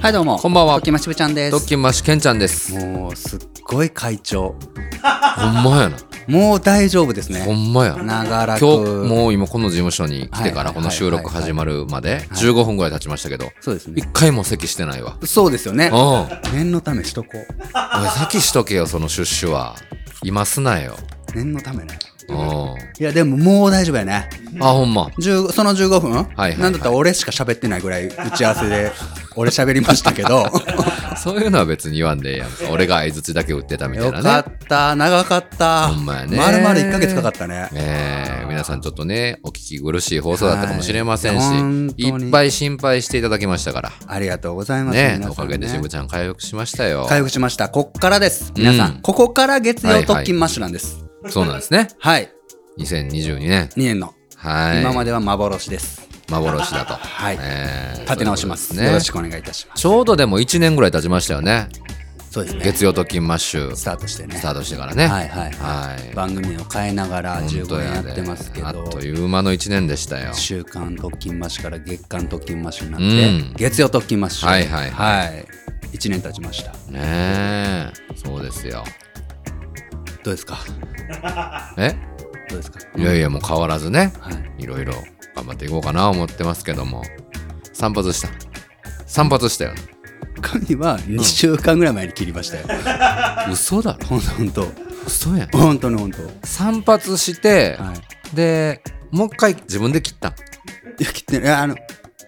はいどうもこんばんはドッキーマッシブちゃんでドッすキンマッシュケンちゃんです。もうすっごい会長ほんまやな。もう大丈夫ですほねんまや。今長ら日くもう今この事務所に来てかはらいこの収録始まるまで15分ぐらい経ちましたけど、そうですね一回も席してな いわ。そうですよねうん。おい念のためしとこう先しとけよ、その出ュは。今すなよ。念のためねうん。いやでももう大丈夫やねあ、ほんま。 15その15分、はいはいなんだったら俺しか喋ってないぐらい打ち合わせ で俺喋りましたけどそういうのは別に言わんでええやんか。俺が相槌だけ打ってたみたいよなかね。った長かったほんまやね丸々1ヶ月かかったねえー、皆さんちょっとね、お聞き苦しい放送だったかもしれませんはい本し、当にいっぱい心配していただきましたから。ありがとうございます、ね皆おさんかげでしぶちゃん回復しましたよ。回復しましたこっからです皆さん、うんここから月はい曜はい特勤マッシュなんですそうなんですね。はい、 2022年。 2年の、はい。今までは幻です幻だと。はい、えー立て直しますそういうよろことでしすね。くお願いいたしますちょうどでも1年ぐらい経ちましたよね。そうですね月曜特勤マッシュススタートしてねタートしてからね。はいはいは、はいい番組を変えながら本15当年やでってますけどあっという間の1年でしたよ。週間特勤マッシュから月間特勤マッシュになって、うん月曜特勤マッシュはいはいはい、1年経ちましたどねえ。そうですよ。うですかえどうですかいやいや、もう変わらずね。はいいろいろ頑張っていこうかな思ってますけども。散髪した。散髪したよね。髪は2週間ぐらい前に切りました よ、嘘だろほん、本当嘘やん。本当に本当散髪して、はいで、もう一回自分で切ったん。いや切ってないいやあの、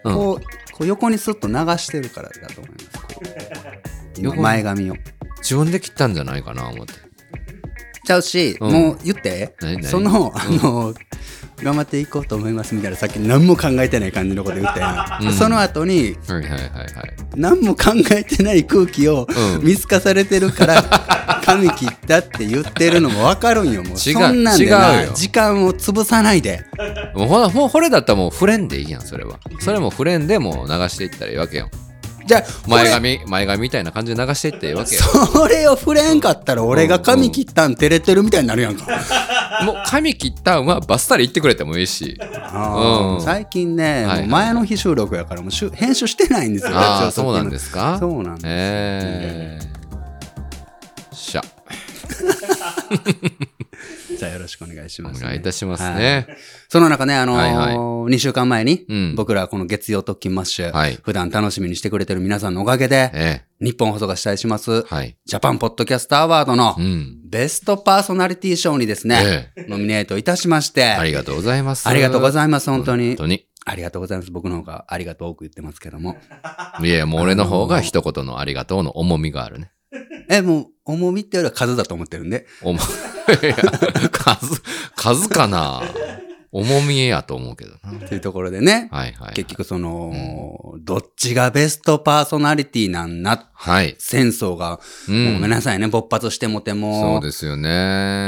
うんこうこう横にスッと流してるからだと思いますこう今横に前髪を自分で切ったんじゃないかな思って。ちゃうし、うんもう言って何何そのあの、頑張っていこうと思いますみたいなさっき何も考えてない感じのこと言って、うんその後にはいはいはいはい。何も考えてない空気をうん見透かされてる から、髪切ったって言ってるのも分かるんよもう違うそんなんでな違うよ時間を潰さないでもうほら、もうこれだったらもうフレンでいいやん、それは。それもフレンでもう流していったらいいわけよ。じゃあこれ前髪、前髪みたいな感じで流していっていいわけよ。それを触れんかったら俺が髪切ったん照れてるみたいになるやんか、もう髪切ったんはバッサリ言ってくれてもい いし。あーうん最近ね、はいはいもう前の日収録やからもうしゅ 編集してないんですよああ、そうなんですすかそうなんですえー。しゃ、じゃあよろしくお願いしおます、願いいたしますね。その中ね、あのーはいはい2週間前に、うん僕らこの月曜特勤マッシュ、はい普段楽しみにしてくれてる皆さんのおかげで、え日本放送が主催します、えはい。ジャパンポッドキャストアワードのうん。ベストパーソナリティ賞にですね、ノミネートいたしまして、ありがとうございます。ありがとうごいざいます、本当に本。当に。ありがとうございます。僕の方がありがとう多く言ってますけども。いや、もう俺の方が一言のありがとうの重みがあるね。え、もう、重みってよりは数だと思ってるんで。重 いや数、数かな重みやと思うけどな。というところでね、はいはい。結局その、どっちがベストパーソナリティなんな、はい。戦争が、うもうごめんん。なさいね、勃発してもてそもう、ですよね。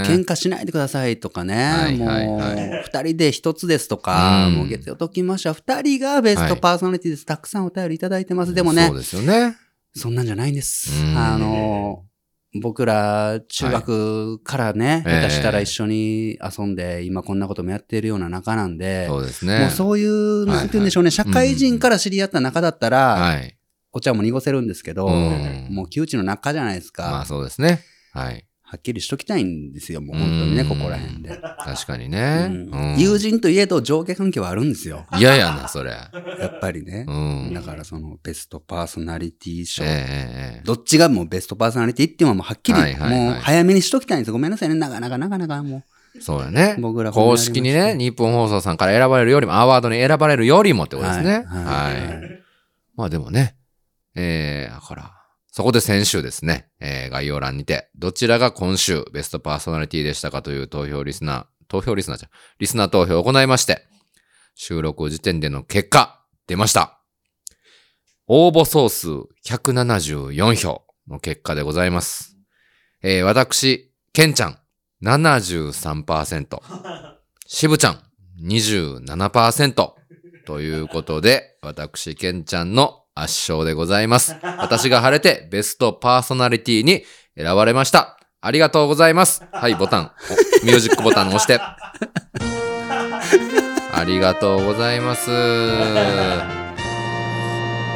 喧嘩しないでくださいとかね、はいはいもうはい2人で1つですとか、うんもう月曜ときました2人がベストパーソナリティです、たくさんお便りいただいてますでもねそうですよね。そんなんじゃないんです、うんあの僕ら中学からね、はい下手したら一緒に遊んで、今こんなこともやってるような仲なんでそうですもねう。そういう、はいなんて言うんでしょうね、社会人から知り合った仲だったら、はい。お茶も濁せるんですけど、うんもう窮地の中じゃないですか、まあそうですね。はい。はっきりしときたいんですよ、もう本当にね、うんここら辺で。確かにね。うんう友ん人といえど上下関係はあるんですよ。嫌やな、それ。やっぱりねう。ん。だからそのベストパーソナリティえ賞え。えええどっちがもうベストパーソナリティっていうのはもうはっきりはいはいはいもう早めにしときたいんですごめんなさいね。なかなかなかなかもえそうやねう。僕ら公式にね、っ日本放送さんから選ばれるよりも、アワードに選ばれるよりもってことですね。はい。まあでもね、えー、だから、そこで先週ですね、えー、概要欄にて、どちらが今週ベストパーソナリティでしたかという投票リスナー、投票リスナーじゃん、リスナー投票を行いまして、収録時点での結果、出ました。応募総数174票の結果でございます。えー、私、ケンちゃん、73%、しぶちゃん、27%、ということで、私、ケンちゃんの圧勝でございます。私が晴れてベストパーソナリティに選ばれました。ありがとうございます。はい、ボタン、おミュージックボタンを押して。ありがとうございます。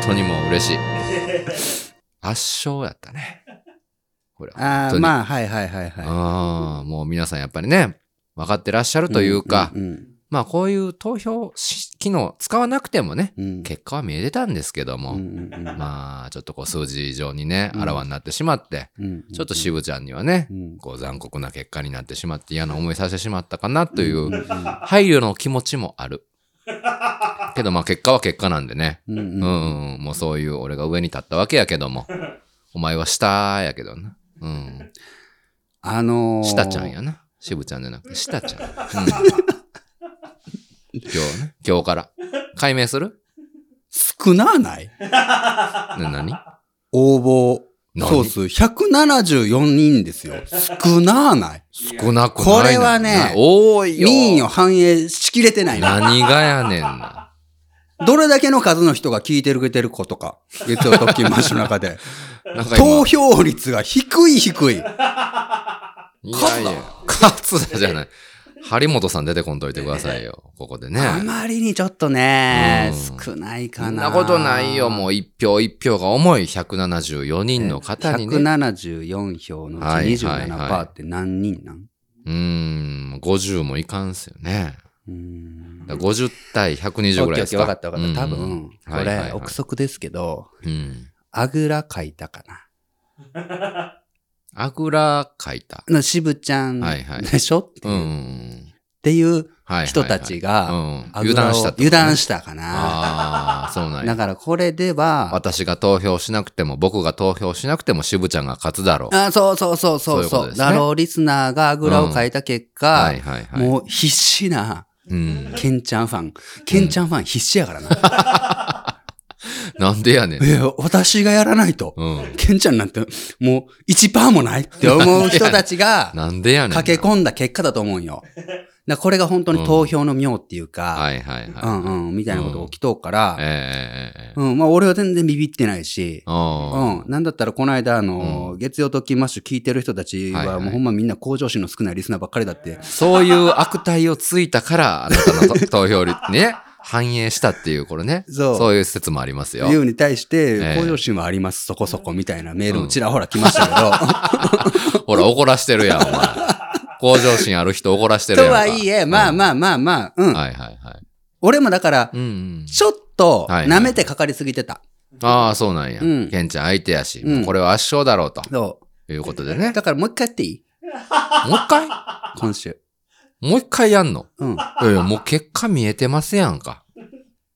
本当にもう嬉しい。圧勝やったね。これは本あ当あ、に。まあ、はいはいはいはああ、もう皆さんやっぱりね、分かってらっしゃるい。というか、んうんまあこういう投票し機能使わなくてもね、うんうん結果は見えてたんですけども、うんうんまあちょっとこう数字上にね、うんあらわになってしまって、うんちょっと渋ちゃんにはね、うんこう残酷な結果になってしまって嫌な思いさせてしまったかなというんう配慮の気持ちも ある。けどまあ結果は結果なんでね。うんうんうん、うんうん、もうそういう俺が上に立ったわけやけども。お前は下やけどな。うん。あのー、下ちゃんやな。渋ちゃんじゃなくて、下ちゃん。うん、今日ね、今日から。解明する少なないな何応募何総数174人ですよ。少なない少なくないなこれはね多いよ。民意を反映しきれてないな。何がやねんな。どれだけの数の人が聞いてくれてることか。月曜特勤マッシュの中 で。なんか今投票率が低い低い。いやいや、勝田じゃない。張本さん出てこんといてくださいよ。ここでね。あまりにちょっとね、うん少ないそかな。んなことないよ。もう一票一票が重い174人の方にね。う174票のうちはいはい27%はいって何人なん、ーん、50もいかんすよね。うんだから50対120ぐらいですか。分かった分かった。多うんう分ん、こはいはいはれい、憶測ですけど、うん。あぐらかいたかな。あぐらかいた。の渋ちゃんはいはいでしょってういんううんうん。っていうはいはいはい人たちうが、んうんあぐ油らを断したってことね油断したかな。ああ、そうなんだや。からこれでは、私が投票しなくても、僕が投票しなくても、渋ちゃんが勝つだろう。あそうそうそうそそういううこそとう。ですねだろうリスナーがあぐらをかいた結果はい、はいはい。もう必死な、うん。ケンちゃんファン。ケンちゃんファン必死やからな。なんでやねんい。や、私がやらないと。うん。ケンちゃんなんて、もう1%もないって思う人たちが、なんでやねんな。駆け込んだ結果だと思うんよ。だからこれが本当に投票の妙っていうか、はいはいはい。うんうん、みたいなことが起きとうから、ええええええうん、まあ俺は全然ビビってないし、あうん、なんだったらこの間、あの、月曜特勤マッシュ聞いてる人たちはいはは、いもうほんまみんな向上心の少ないリスナーばっかりだってあ、そういう悪態をついたから、あなたのと投票率にね、反映したっていう、これね。 そうそういう説もありますよ。いうに対して、ええ向上心はあります、そこそこみたいなメールもちらほら来ましたけど、 ほら、怒らしてるやん、お前。向上心ある人怒らしてるやんとか。はいえ、まあまあまあまあ、うん。はいはいはい。俺もだからう、んうん。ちょっとはいは舐いめてかかりすぎてた。ああ、そうなんや。うんケンちゃん相手やし、うんこれは圧勝だろうとそいうことでう。ね。だからもう一回やっていいもう一回今週。もう一回やんのうん。いやいや、もう結果見えてますやんか。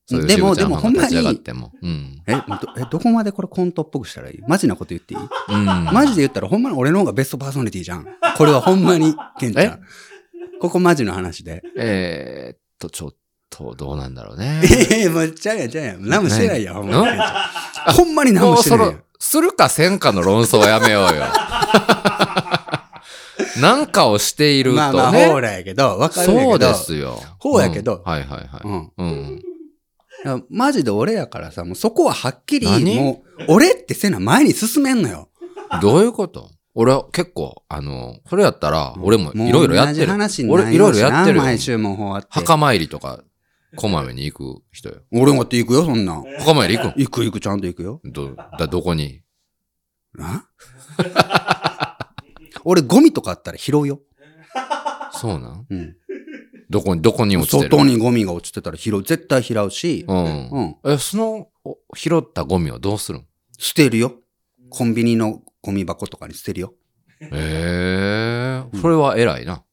そういうでも渋ちゃんでもファンほんまがに立ち上がっても。うん。 え、どえどこまでこれコントっぽくしたらいいマジなこと言っていいうん。マジで言ったらほんまに俺の方がベストパーソナリティじゃん。これはほんまに、ケンちゃん。ここマジの話で。えーっと、ちょっと、どうなんだろうね。ええもうちゃうやんちゃうやん。何もしてないやん、ほんまにケンちゃん。ほんまに何ももうしてそないやのん。、するかせんかの論争はやめよ うよ。なんかをしているとね。まあまあ、ほうらやけど、わかるんやけど。そうですよ。ほうやけどんはいはいはうい。ん。うん。だからマジで俺やからさ、もうそこははっきり、何もう、俺ってせな前に進めんのよ。どういうこと俺は結構、あの、それやったら、俺もいろいろやってるもう同じ話。にな俺いろいろやってるなよ。毎週もう終わって。墓参りとか、こまめに行く人よ。俺もって行くよ、そんなん。墓参り行く行く行く、ちゃんと行くよ。んど、だ、どこにな俺、ゴミとかあったら拾うよ。そうなんうん。どこに、どこに落ちてる外にゴミが落ちてたら拾う。絶対拾うし、うんう。ん。え、その、お拾ったゴミはどうするん捨てるよ。コンビニのゴミ箱とかに捨てるよ。ええそれは偉いな。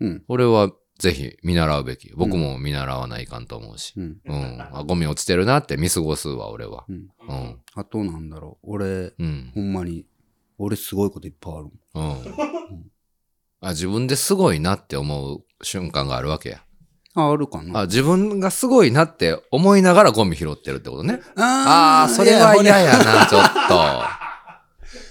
うん。俺はぜひ見習うべき。僕も見習わないかんと思うし。うん。うん。あ、ゴミ落ちてるなって見過ごすわ、俺は。うん。うん。あとなんだろう。俺、うん。ほんまに、俺すごいこといっぱいあるもん。うん。あ、自分ですごいなって思う瞬間があるわけや。あ、あるかな。あ、自分がすごいなって思いながらゴミ拾ってるってことね。あああ、それは嫌やな、ちょっと。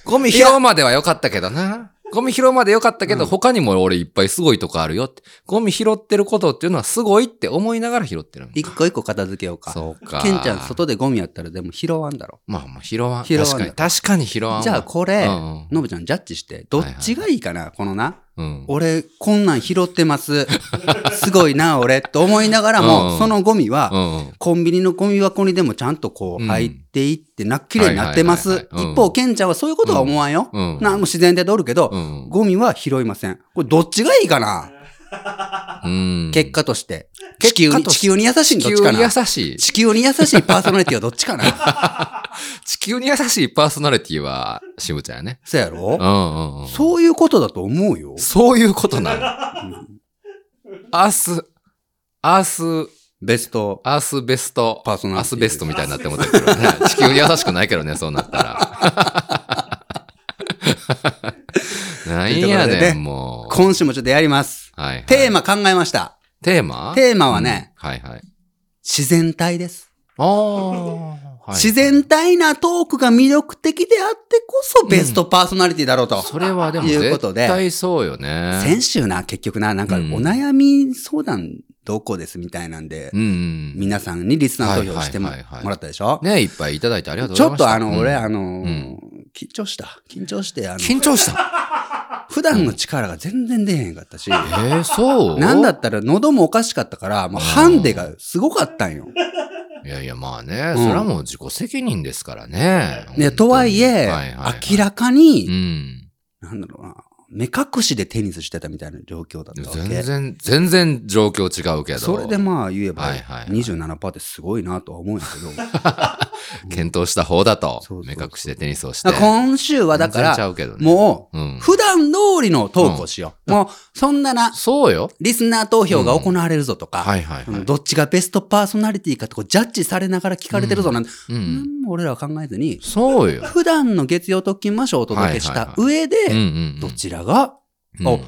ゴミ拾うまでは良かったけどな。ゴミ拾うまで良かったけど、他にも俺いっぱいすごいとこあるよって。ゴミ拾ってることっていうのはすごいって思いながら拾ってるん一個一個片付けようか。そうか。ケンちゃん、外でゴミやったらでも拾わんだろ。まあまあ、拾わん。拾わん確かに、確かに拾わんわ。じゃあこれうんうんノブちゃんジャッジして、どっちがいいかな、このな。うん。俺、こんなん拾ってます。すごいな、俺。と思いながらうんも、そのゴミは、うん。コンビニのゴミ箱にでもちゃんとこううん入っていってな、綺麗になってまはいはすい。はいはいうん一方、ケンちゃんはそういうことは思わんよ。うん。なんも自然でおるけど、うんゴミは拾いません。これどっちがいいかなうん。結果として。地球に結果と地球に優しいの地どっ球ちかに優なしい。地球に優しいパーソナリティはどっちか な地球に優しいパーソナリティは、しぶちゃんやね。そうやうんろうんうん。そういうことだと思うよ。そういうことなの。アース、アース、ベスト。アースベスト、パーソナリティアースベストみたいになって思ってるけどね。 地球に優しくないけどね、そうなったら。なんやということねでねん、もう。今週もちょっとやります。はいはいテーマ考えました。テーマテーマはね、うんはいはい。自然体です。あーはい自然体なトークが魅力的であってこそベストパーソナリティだろうと。それはでもいうこと絶で対そうよね。先週な、結局な、なんかおうん悩み相談どうこうですみたいなんで、うんうん。皆さんにリスナー投票してもはいはいはいはいもらったでしょ、ねいっぱいいただいてありがとうごちざいょまっした。とあの、うん俺、あのん緊張した。緊張して、あの、緊張した。普段の力が全然出えへんかったし、えー、そうなんだったら喉もおかしかったから、もうハンデがすごかったんよ。いやいや、まあね、うんそれはもう自己責任ですからね。いやとはいえ、明らかに、うん。なんだろうな、目隠しでテニスしてたみたいな状況だったわ全け。然、全然状況違うけど。それでまあ言えば、はいはいはい27%ってすごいなとは思うんや けど、検討した方だとそうそう、そ目う隠しでテニスをして。だから今週はだか全然ちゃら、うけどね、もう、うん。普段通りのトークをしよう。もう、そんなな、そうよ。リスナー投票が行われるぞとか、はいはいそはのい。どっちがベストパーソナリティかとこうジャッジされながら聞かれてるぞなんて、う。うんん俺らは考えずに、そうよ。普段の月曜特勤マッシュをお届けしはいはたいは上で、うんうん。どちらが、うんお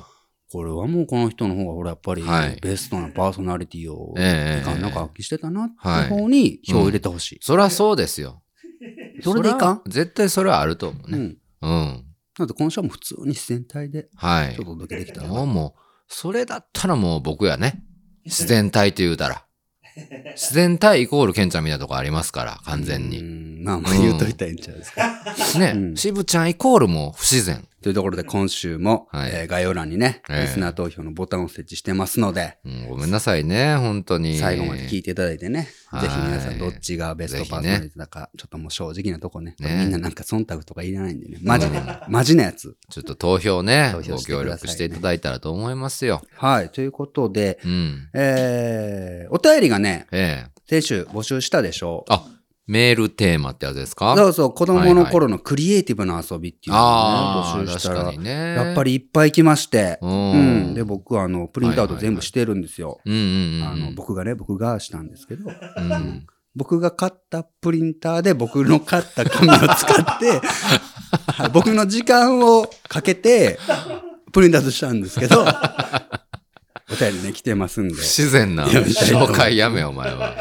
これはもうこの人の方が俺やっぱりはいベストなパーソナリティを、ええいかんなんか発揮してたなってはいいう方に票を入れてほしい。そらそうですよ。 それでいかんそら絶対それはあると思ううね。ん。うん。なので今週はもう普通に自然体ではちいょっ。とお届けできたらなもうもう、それだったらもう僕 やね。自然体って言うたら。自然体イコールケンちゃんみたいなとこありますから、完全うに。んまあまあ言うといたらいいんちゃう ですか。うね。んしぶちゃんイコールもう不自然。というところで今週も、はいえー概要欄にね、ええリスナー投票のボタンを設置してますので、うんごめんなさいね、本当に。最後まで聞いていただいてね、はいぜひ皆さんどっちがベストパーソナリティだか、ちょっともう正直なとこねねみんななんか忖度とかいらないんでね、マジで、マジなやつ。ちょっと投票ね投、票ごしてくださいね協力していただいたらと思いますよ。はい、ということで、うん。えー、お便りがね、ええ。先週募集したでしょう。あ、メールテーマってやつですかそうそう、子供の頃のクリエイティブな遊びっていうのあをあね、募ー、集し確た、からにね。やっぱりいっぱい来まして、う。うんうんん。うで、ん僕はあの、プリントアウト全部してるんですよ。うんうん。あの、僕がね、僕がしたんですけど、うん僕が買ったプリンターで僕の買った紙を使 って、はい僕の時間をかけて、プリンターとしたんですけど、お便りね、来てますんで不。自然な紹介やめよ、お前は。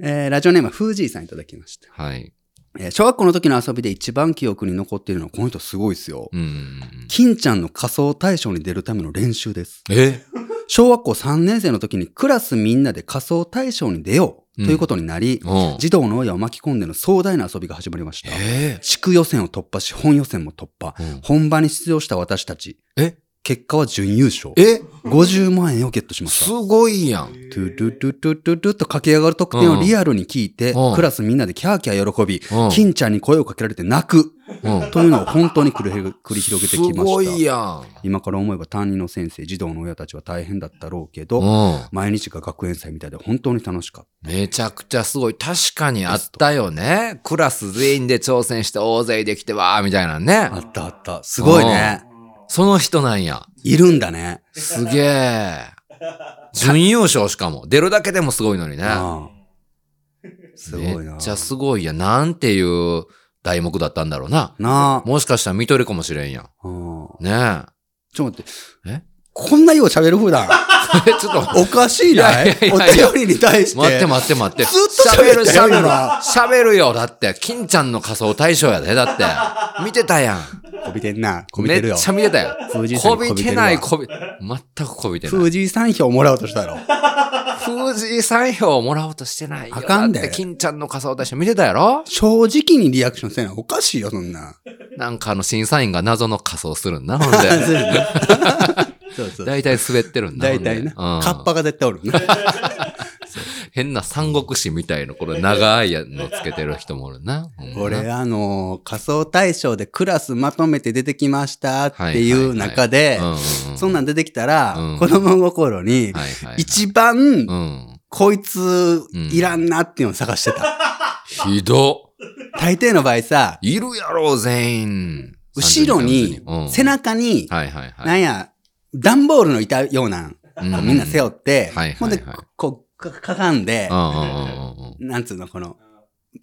えーラジオネームはフージーさんいただきました。 はい。えー小学校の時の遊びで一番記憶に残っているのはこの人すごいですよ。うんうんうん。金ちゃんの仮装大賞に出るための練習です。え小学校3年生の時にクラスみんなで仮装大賞に出ようということになり、おう児童の親を巻き込んでの壮大な遊びが始まりました。え地区予選を突破し、本予選も突破。うん本場に出場した私たち。え結果は準優勝。え50万円をゲットしましすた。ごいやん。トゥルルルルルルと駆け上がる得点をリアルに聞いて、うんクラスみんなでキャーキャー喜び、うん金ちゃんに声をかけられて泣く、うんというのを本当に繰り広げ繰り広げてきますした。ごいやん。今から思えば担任の先生、児童の親たちは大変だったろうけど、うん。毎日が学園祭みたいで本当に楽しかっめちゃくちゃすごい。確かにあったよね。クラス全員で挑戦して大勢できてわーみたいなねた。。あったあった。すごいね。その人なんや。いるんだね。すげえ。準優勝しかも。出るだけでもすごいのにね。ああすごいな。めっちゃすごいや。なんていう題目だったんだろうな。なあ。もしかしたら見とるかもしれんやん。うんね え。ちょっと待って。えこんなよう喋る普 段。えちょっとおかしいないやいやいやいやお便りに対して。待って待って待って。ずっと喋るって喋たよる今喋るよ。だって、金ちゃんの仮装大賞やで。だって。見てたやん。こびてんな。こびめてるっよ。ちゃ見てたよ。風神さんこにびてない、こび、全くこびてない。風神さん票もらおうとしたやろ。藤井さん票をもらおうとしてないよ。あかんでだって金ちゃんの仮装大賞見てたやろ正直にリアクションせなおかしいよ、そんな。なんかあの審査員が謎の仮装するんだ、ほん で。そうそ。大体滑ってるんだ。大体な。ほんでうんカッパが絶対おるな。変な三国志みたいの、これ長いのつけてる人もおるな。ほんまな俺、あのー仮想大賞でクラスまとめて出てきましたっていう中でうん、うんうんそんなん出てきたら、うん子供心に、はいはいはい一番、うん。こいつ、いらんなっていうのを探してた。ひどっ。大抵の場合さ、いるやろ、全員。後ろに、背中中、に、はいはいはい。なんや、段ボールの板ようなん、うこうみんな背負ってはいはいはい、ほんで、こう、かかかんでう、んうんうんうんうんなんつうの、この、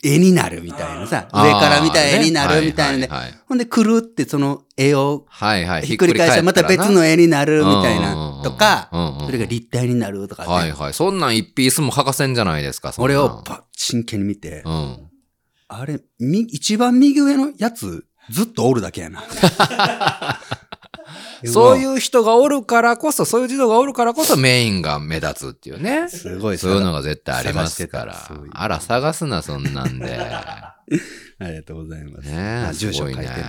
絵になるみたいなさ、あー上から見た絵になるみたいなね。ねはいほんで、くるってその絵をはいはいはい。ひっくり返して、また別の絵になるみたいな、とか、そそれが立体になるとかはいね。はい。そんなん一ピースも欠かせんじゃないですか、そん俺なんをば真剣に見てう、ん。あれ、み、一番右上のやつ、ずっとおるだけやな。。そういうう人がおるからこそ、そういう児童がおるからこそメインが目立つっていうね。すごいそういうのが絶対ありますか探しらてたそういう。あら、探すな、そんな んで。ねありがとうございます。えあ、す住所ご書いいてねる。。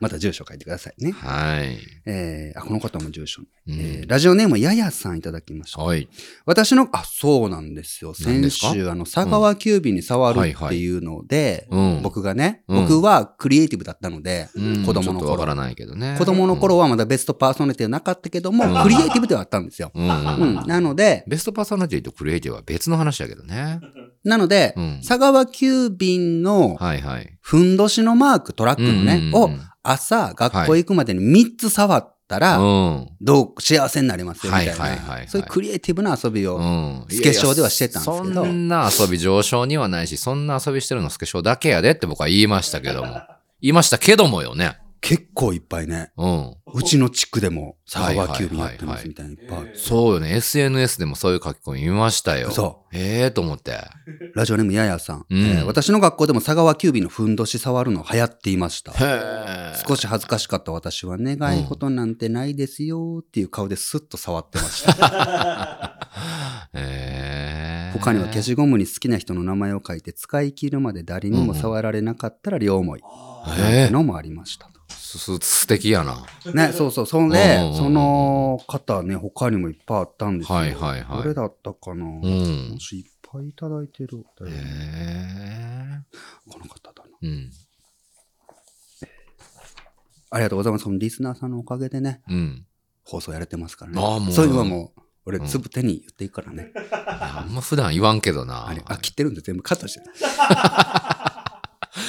また住所書いてくださいね。はい。えー、あ、この方も住所、うえーんラジオネームややさんいただきました。はい。私の、あ、そうなんですよ。何で先すか週、あの、佐川急便に触うんはるいはいっていうので、うん。僕がね、うん僕はクリエイティブだったので、うん、子供のちょっとわか頃。らないけどね。子供の頃はまだベストパーソナリティはなかったけども、うんクリエイティブではあったんですよ。うん。うんううんん。なので、ベストパーソナリティとクリエイティブは別の話だけどね。なので、うん佐川急便のはいはい。ふんどしのマーク、トラックのね、うんうんうんを朝学校行くまでに3つ触ったら、うん。どう幸せになりますよみたいな、はいはいはいはいそういうクリエイティブな遊びを、うん。スケショーではしてたんですけどいやいやそんな遊び上昇にはないし、そんな遊びしてるのスケショーだけやでって僕は言いましたけども。言いましたけどもよね。結構いっぱいね、うん。うちの地区でもは佐いはい川急便やってますみたいにいっぱいある。そうよね。SNS でもそういう書き込み見ましたよ。。そうええと思って。ラジオネームややさん、うんえー私の学校でも佐川急便のふんどし触るの流行っていました。へえ。少し恥ずかしかった私は願い事なんてないですよっていう顔でスッと触ってました。 ええ。他には消しゴムに好きな人の名前を書いて使い切るまで誰にも触られなかったら両思い。なんえてのもありましたと。す、す、素敵やな。 ね、そうそう。そんうんうんでう、んその方ね、他にもいっぱいあったんですよ。はいはいはいどれだったかな、うもん。しいっぱいいただいてる。このええ。方だな。うん。ありがとうございます。そのリスナーさんのおかげでね、うん。放送やれてますからね。ああもうそういうのはもう、俺うんつぶ手に言っていいからね。いやあんま普段言わんけどなあれ、。あ、切ってるんで全部カット してる。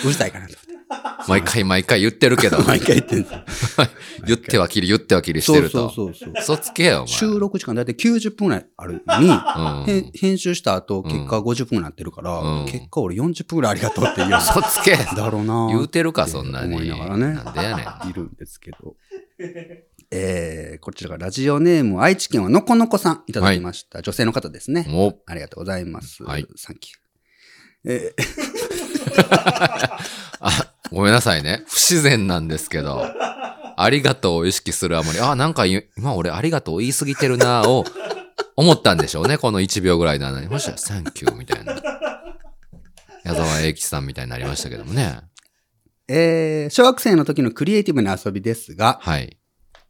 うるさいかなと思っ毎回毎回言ってるけどて。。 毎回言ってんですよ 言っては切り、言っては切りしそてうるそと。うそうそう。 嘘つけよ、お前。収録時間だいたい90分ぐらいあるのに、うへんん。編集した後、結果50分になってるから、うん結果俺40分ぐらいありがとうって いう。嘘つ け。だろうな言うてるか、そんなに。思いながらねなんでやねん。いるんですけど。えー、こちらがラジオネーム、愛知県はのこのこさんいただきました。女性の方ですね。もう、ありがとうございます。はいサンキュー。えーあ、ごめんなさいね。不自然なんですけど。ありがとうを意識するあまり、あ、なんかい今俺ありがとう言い過ぎてるなを思ったんでしょうね。この1秒ぐらいの間に。もしかしたらサンキューみたいな。矢沢永吉さんみたいになりましたけどもね。えー小学生の時のクリエイティブな遊びですが、はい。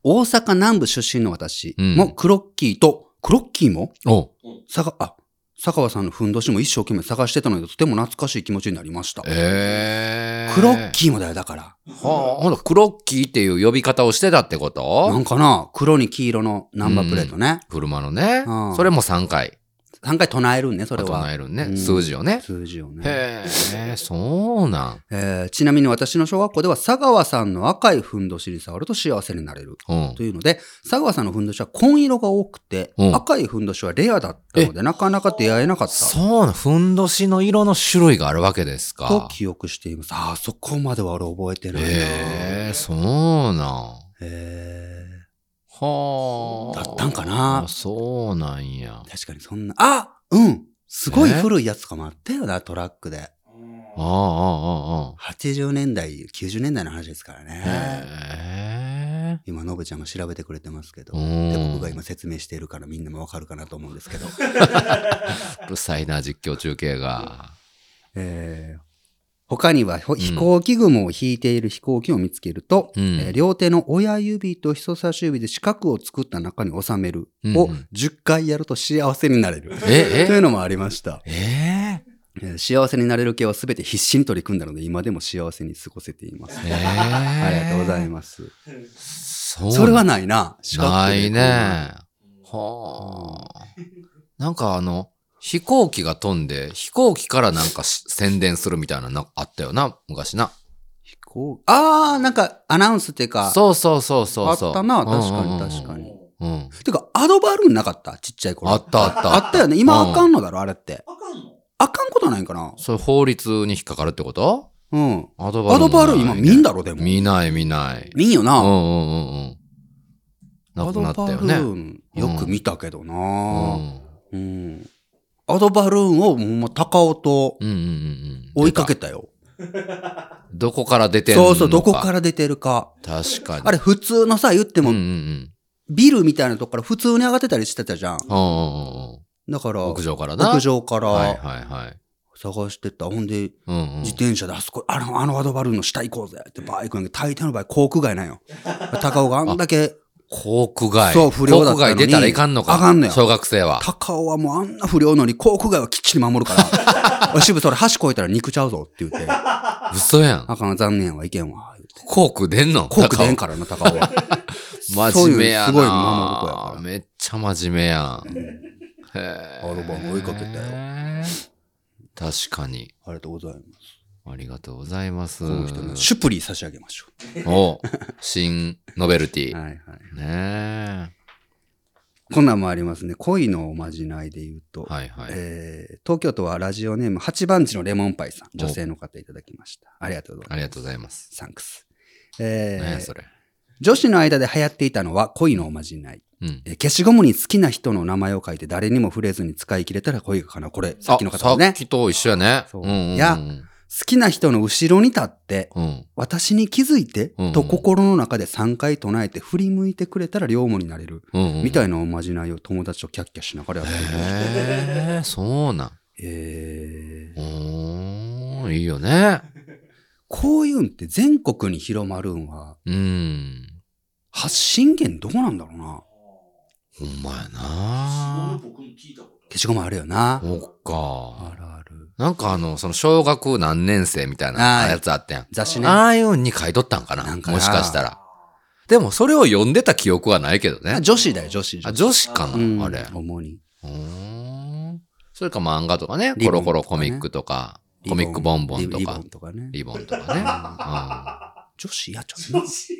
大阪南部出身の私うんもクロッキーと、クロッキーもお佐川、あ、佐川さんのふんどしも一生懸命探してたので、とても懐かしい気持ちになりました。えー。クロッキーもだよ、だから。はあ、ほんと、クロッキーっていう呼び方をしてたってこなとんかな、黒に黄色のナンバープレートね。車のねうん。それも3回。 3回唱えるんね、それ唱は。えるね。うん数字をね。数字をね、へえ、そうなん。えーちなみに私の小学校では佐川さんの赤いふんどしに触ると幸せになれる。うんと。いうので、佐川さんのふんどしは紺色が多くて、うん赤いふんどしはレアだったので、なかなか出会えなかった。そうなん。ふんどしの色の種類があるわけですとか。記憶しています。あーそこまでは俺覚えてないな。へえ、そうなん。えはあ。だったんかなあそうなんや。ー確かにそんな、あうんすごいね古いやつとかもあったよな、トラックで。ああ、ああ、ああ。 80年代、90年代の話ですからね。へえ。今、のぶちゃんが調べてくれてますけど、うんで僕が今説明しているからみんなもわかるかなと思うんですけど、 うるさいな、実況中継が。えー他にはほ飛行機雲を引いている飛行機を見つけると、うんえー両手の親指と人差し指で四角を作った中に収めるうんを10回やると幸せになれる。というえ、のもありました。え、ええー幸せになれる系は全て必死に取り組んだので、今でも幸せに過ごせています。 ー、えー、ありがとうございます。す。そうそれはないな。四角となういね。かはあ。なんかあの、飛行機が飛んで、飛行機からなんかし宣伝するみたいなのあったよな、昔な。飛行あー、なんかアナウンスっていうか、そうそうそうそうそう。あったな、うんうん確かうにん確かに。うん。てか、アドバルーンなかったちっちゃい頃。あったあった。あったよね。今うんあかんのだろ、あれって。あかんのあかんことないんかなそれ法律に引っかかるってことうん。アドバルーンアドバルーンもな今いね見んだろ、でも。見ない見ない。見んようんうな。んうんうん。なアくドなったバルよね。ーン、よく見たけどう。なんうん。アドバルーンを、ほんま、高尾とうんうんうんうん。追いかけたよ。どこから出てんのかそうそう、どこから出てるか。確かに。あれ、普通のさ、言ってうんもうんう、ん。ビルみたいなとこから普通に上がってたりしてたじゃん。うんうんうんうん。だから、屋上からな。屋上かはいらはいはい。探してた。ほんで、うんうん自転車であそこ、あの、あのアドバルーンの下行こうぜってバイクなんか、大抵の場合、航空外なんよ。高尾があんだけ、航空外。そう不良だったのに航空外出たらいかんのか。あかんのよ小学生は。高尾はもうあんな不良のに、航空外はきっちり守るから、 おい渋それ橋越えたら肉ちゃうぞって言って、あ嘘やん。かん残念はいけんわ。言うて航空出んの航空出んか。からな、高尾は。 真そうい面う目やな。すごい守る子やからめっちゃ真面目やん。へーアルバム追いかけた確かに。ありがとうございます。ありがとうございます。この人にシュプリ差し上げましょ お新ノベルティ。う。ねはいはい。え。こんなんもありますね。恋のおまじないで言うと、はいはい。えー東京都はラジオネーム八番地のレモンパイさん、女性の方いただきました。ありがとうございます。ありがとうございます。サンクス。えねーえ、それ。女子の間で流行っていたのは恋のおまじない。うん。えー消しゴムに好きな人の名前を書いて誰にも触れずに使い切れたら恋がかなう。これ、さっきのあ方ね。さっきと一緒やね。そううんうんうんいや好きな人の後ろに立って、うん。私に気づいて、うんうんと心の中で3回唱えて振り向いてくれたら両思になれる。うんうん。みたいなおまじないを友達とキャッキャしながらやってる。へえ、そうなん。えーうーん、いいよね。こういうんって全国に広まるんは、うん。発信源どうなんだろうな。ほんまやあなー。僕も聞いたことある消しゴムあるよな。そっか。るある。なんかあの、その小学何年生みたいはないやつあったやん。雑誌ね。ああいうのに買い取ったんかななんかなもしかしたら。でもそれを読んでた記憶はないけどね。女子だよ、女子。あ女子かな、うんあれ。主に。うーん。それか漫画とかね。リコボンとかねロコロコミックとか、コミックボンボンリとリボかン、とかね。リボンとかね。うん女子やっちゃう女子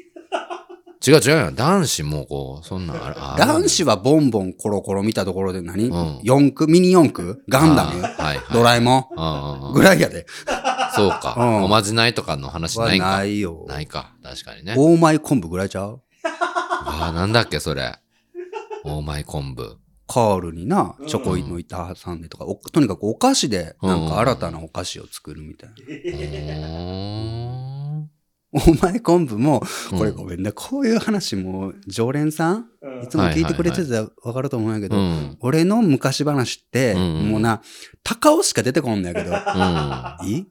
違う違うよ。男子もこう、そんなんある。あな。る男子はボンボンコロコロ見たところで何うん四駆ミニ四駆ガンダムあーはいはい。ドラえもうんうんうんんぐらいやで。そうか。うんおまじないとかの話はないんか。ないよ。ないか。確かにね。大前昆布ぐらいちゃうああ、なんだっけ、それ。オーマイ昆布。カールにな、チョコの板挟んでとか、おとにかくお菓子で、なんか新たなお菓子を作るみ たいな。うーんお前昆布も、これうんごめんな、こういう話も常連さんうんいつも聞いてくれてたらわかると思うんやけど、うん俺の昔話って、うんうんもうな、高尾しか出てこんのやけど、う いいん。いい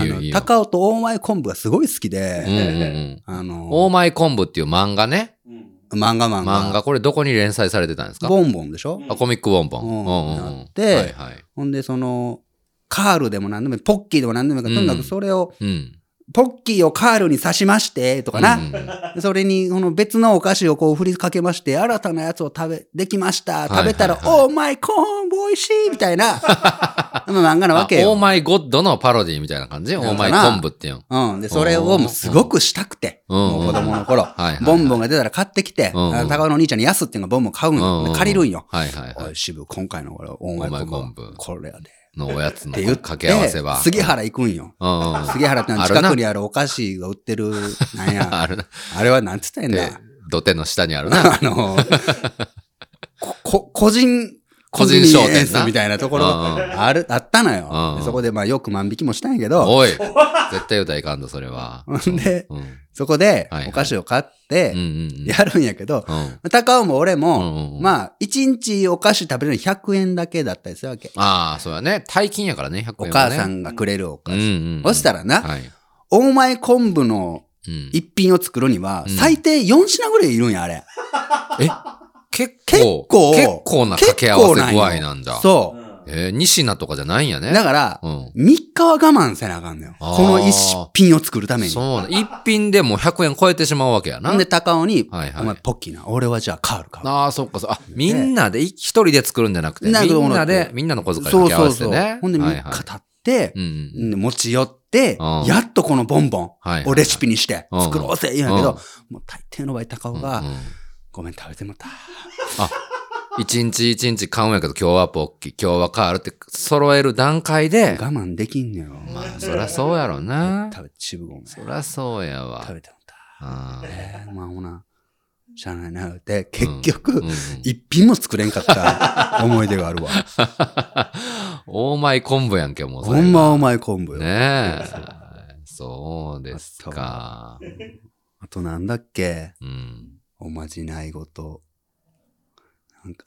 あよ、のいいよ。高尾と大前昆布がすごい好きうんで、うんうん。あオーの、マイ昆布っていう漫画ね。うん漫画漫画。漫画、これどこに連載されてたんですかボンボンでしょうんあ、コミックボンボン。うんうんうんうなんっ。てはいはい。ほんで、その、カールでも何でもいい、ポッキーでも何でもいいから、とにかくそれを、うん。ポッキーをカールに刺しまして、とかな。うんうんそれに、この別のお菓子をこう振りかけまして、新たなやつを食べ、できました。はいはい食べたら、はいお前、コーン美味しいみたい な、あの漫画なわけあオーよ。マイゴッドのパロディみたいな感じオんかーなマイ昆布っていうの。うん。で、それをもうすごくしたくて、うんうんもう子供の頃、はいはいボンボンが出たら買ってきて、うんうんあの高尾のお兄ちゃんに安っていうのがボンボン買うんよ。うんうんで借りるんよ。はいはいはおいい、。渋、今回の俺、お前お前昆昆布布、これやで。のおやつのって言って、掛け合わせは。杉原行くんよ。うんうん。杉原ってのはあるな近くにあるお菓子が売ってる、なんや。 あるな。あれはなんつったらいいんでだ。、土手の下にあるな。 あの、こ、こ、個人、個人商店な個人エースみたいなところうんうんがある、あったのようん。うん でそこでまあよく万引きもしたんやけど、おい、絶対歌いかんと、それは。ほん でうん、そこではいはいお菓子を買っうんうて、ん。やるんやけど、うん、うん高尾も俺うも、んうん。まあ、一日お菓子食べるのに100円だけだったりするわけ。ああ、そうやね。大金やからね、100円、ね。お母さんんがくれるお菓うんう子。んうん、そしたらな、はい。大前昆布のうん、一品を作るには、うん最低4品ぐらいいるんや、あれ。結結構、構結構な掛け合わせ具合なんだ。そうう。えー、西名とかじゃないんやう。ね。だからう、ん。 3日は我慢せなあかんのよ。あーこの一品を作るために。そうな。一品でもう100円超えてしまうわけやな。なんで高尾に、はいはいお前ポッキーな、俺はじゃあカール買う。ああ、そっかそっか。あ、みんなで、い一人で作るんじゃなくて、みなるほどんなで、みんなの小遣い掛け合わせてね。ほんでは3いは日い経ってう、んで持ち寄ってうん、やっとこのボンボンはいはいをレシピにしてうん作ろうぜ言うんやけうんど、もう大抵の場合高尾うん。がうんう、んごめん食べてもらった。一日一日買うんやけど、今日はポッキー、今日はカールって揃える段階で、我慢できんのよ。まあ、そりゃそうやろな。食べて、渋ごめん。食そりゃそうやわ。べてもらっあーた。えー、まあほな、しゃあないな。って、結うん局う、ん一品も作れんかった思い出がある わ。オーマイ昆布やんけ、もうそれほが。んまお前昆布よ。ねえ。そうですか。あとなんだっけうん。おまじないごと。なんか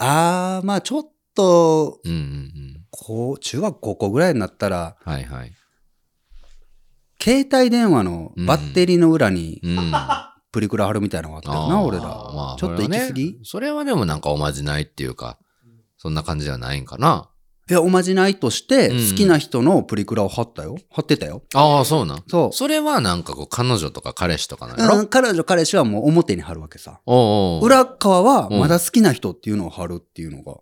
あー、まあちょっと、うんうんうん。こう、中学高校ぐらいになったら、はいはい。携帯電話のバッテリーの裏にうん。プリクラ貼るみたいなのがあったよな、あー俺ら。まあちょっと行き過ぎ、それはねそれはでもなんかおまじないっていうか、そんな感じじゃないんかな。いや、おまじないとして、うん好きな人のプリクラを貼ったよ。貼ってたよ。ああ、そうなん。そう。それはなんかこう、彼女とか彼氏とかなんやろ、うん、彼女、彼氏はもう表に貼るわけさ。おうおう裏側は、まだ好きな人っていうのを貼るっていうのが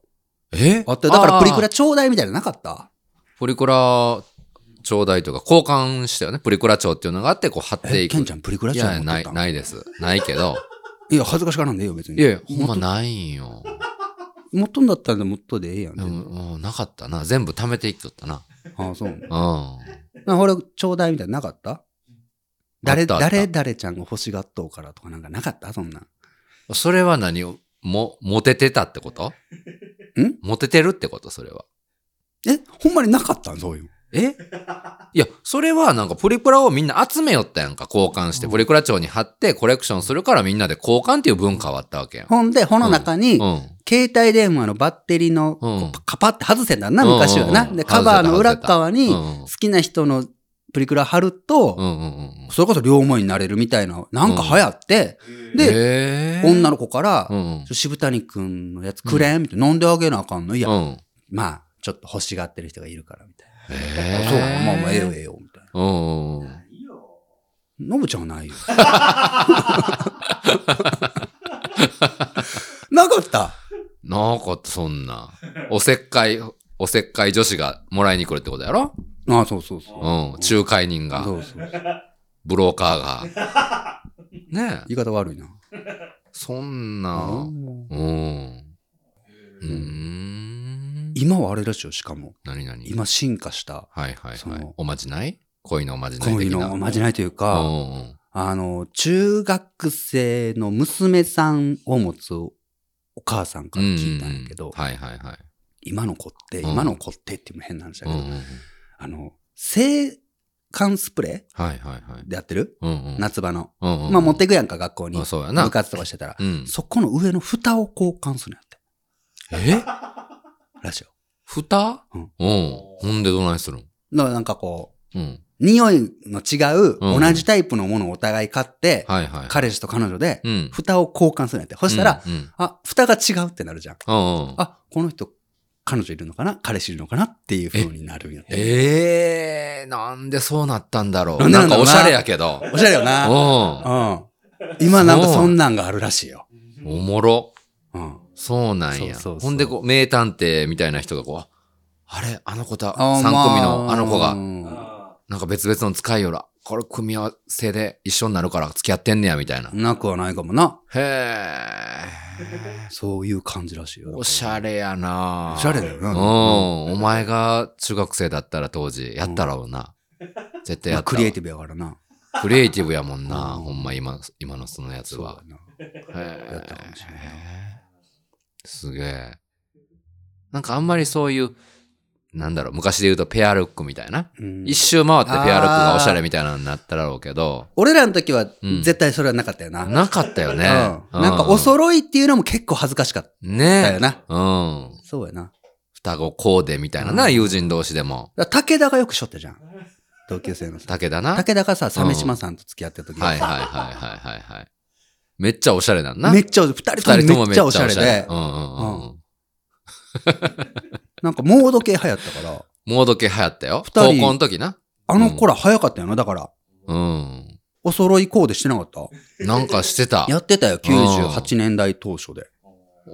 えあって、だからプリクラあーちょうだいみたいなのなかったプリクラ、ちょうだいというか、交換したよね。プリクラ帳っていうのがあって、こう貼ってえ、いく。ケンちゃんプリクラいちょうだや、いない、い。ないです。ないけど。いや、恥ずかしがらんでいいよ、別に。いやいや、ほんまないんよ。持っとんだったら持っとでええやん。でも、うんなかったな。全部貯めていっとったな。ああ、そう。うな俺、ちょうだいみたいなのなかった誰、あったあった誰、誰ちゃんが欲しがっとうからとかなんかなかったそんなん。ん。それは何を、も、モテてたってことんモテてるってことそれは。え、ほんまになかったんそういうの。 えいや、それはなんかプリクラをみんな集めよったやんか。交換して、うんプリクラ帳に貼ってコレクションするからみんなで交換っていう文化はあったわけやん。ほんで、ほの中に、うん。携帯電話のバッテリーの、うんカパって外せたんだな、昔はな。うんうんうんで、カバーの裏側うん。うに、ん好きな人のプリクラ貼ると、うんうんそれこそ両思いになれるみたいな、なんか流行って、うん。でで女の子子から、うんうん。渋谷くんのやつくれんみたいな。飲んであげなあかんのいや、うん。まあ、ちょっと欲しがってる人がいるから、みたいな。えあそうか、まあまあ、ええよ、ええよ、みたいな。うんうんうん。いいよ。のぶちゃんは ないよ。なかった。なんかそんな。おせっかい、おせっかい女子がもらいに来るってことやろああ、そうそうそう。うん。仲介人が、そうそうそうブローカーが。 ねえ。言い方悪いな。そんな。うん。うーん。今はあれらしいよ、しかも。何何今進化したはいはいそはいの。おまじない恋のおまじない恋的な。のおまじないといううか、んうんあの、中学生の娘さんを持つお母さんから聞いたんやけうどう、はいはいはい。今の子って、うん今の子ってっていうのも変なんですうんけうどんう、んあの、性感スプレはいはいはいー。でやってるうんうん。夏場の。うんうんまあ持ってくやんか、学校にあ。そうやな部。活とかしてたらう。ん。そこの上の蓋を交換するんやって。えらしいよ。蓋ううんん。ほんでどないするんだからなんかこうん。う、匂いの違う、うん同じタイプのものをお互い買って、はいはい。彼氏と彼女で、うん。蓋を交換するんやって。そしたら、うんうんあ、蓋が違うってなるじゃん。うんうん。あ、この人、彼女いるのかな彼氏いるのかなっていう風になるんやって。ええー、なんでそうなったんだろう。ななんんでなんだかろうおなしゃれやけど。おしゃれような。ん。うん。お今なんかそんなんがあるらしいよ。もろ。うん。そうなんや。そうそうそうほんでこう、名探偵みたいな人がこう、ああれあの子だ。あ3組のあの子が、まあなんか別々の使いよら。これ組み合わせで一緒になるから付き合ってんねや、みたいな。なくはないかもな。へえ。そういう感じらしいよ。おしゃれやなおしゃれだような。ん。まお前が中学生だったら当時、やったろうな。絶対やあったクわ。リエイティブやからな。クリエイティブやもんな、うんほんま今、今のそのやつそうはだ。な。やったかもしれないすげえ。なんかあんまりそういうなんだろう、昔で言うとペアルックみたいな。うん一周回ってペアルックがおしゃれみたいなのになっただろうけど、俺らの時はうん絶対それはなかったよな。なかったよね。うんなんかお揃いっていうのも結構恥ずかしかっうんたよねな。うん。そうやな。双子コーデみたいなな、うん友人同士でも。だから武田がよくしょったじゃん。同級生のさ。竹だな。はい武田がさ、鮫島さんと付き合ってる時はいはいはいはいはい。めっちゃおしゃれなんな。めっちゃ、二人ともめっちゃおしゃれ二人でと、もめっちゃおしゃれうんうんうん。なんかモード系流行ったから、モード系流行ったよ。二高人校の時な。あの子ら早かったよな。だから、うん。お揃いコーデしてなかったなんかしてた。やってたよ、98年代当初で。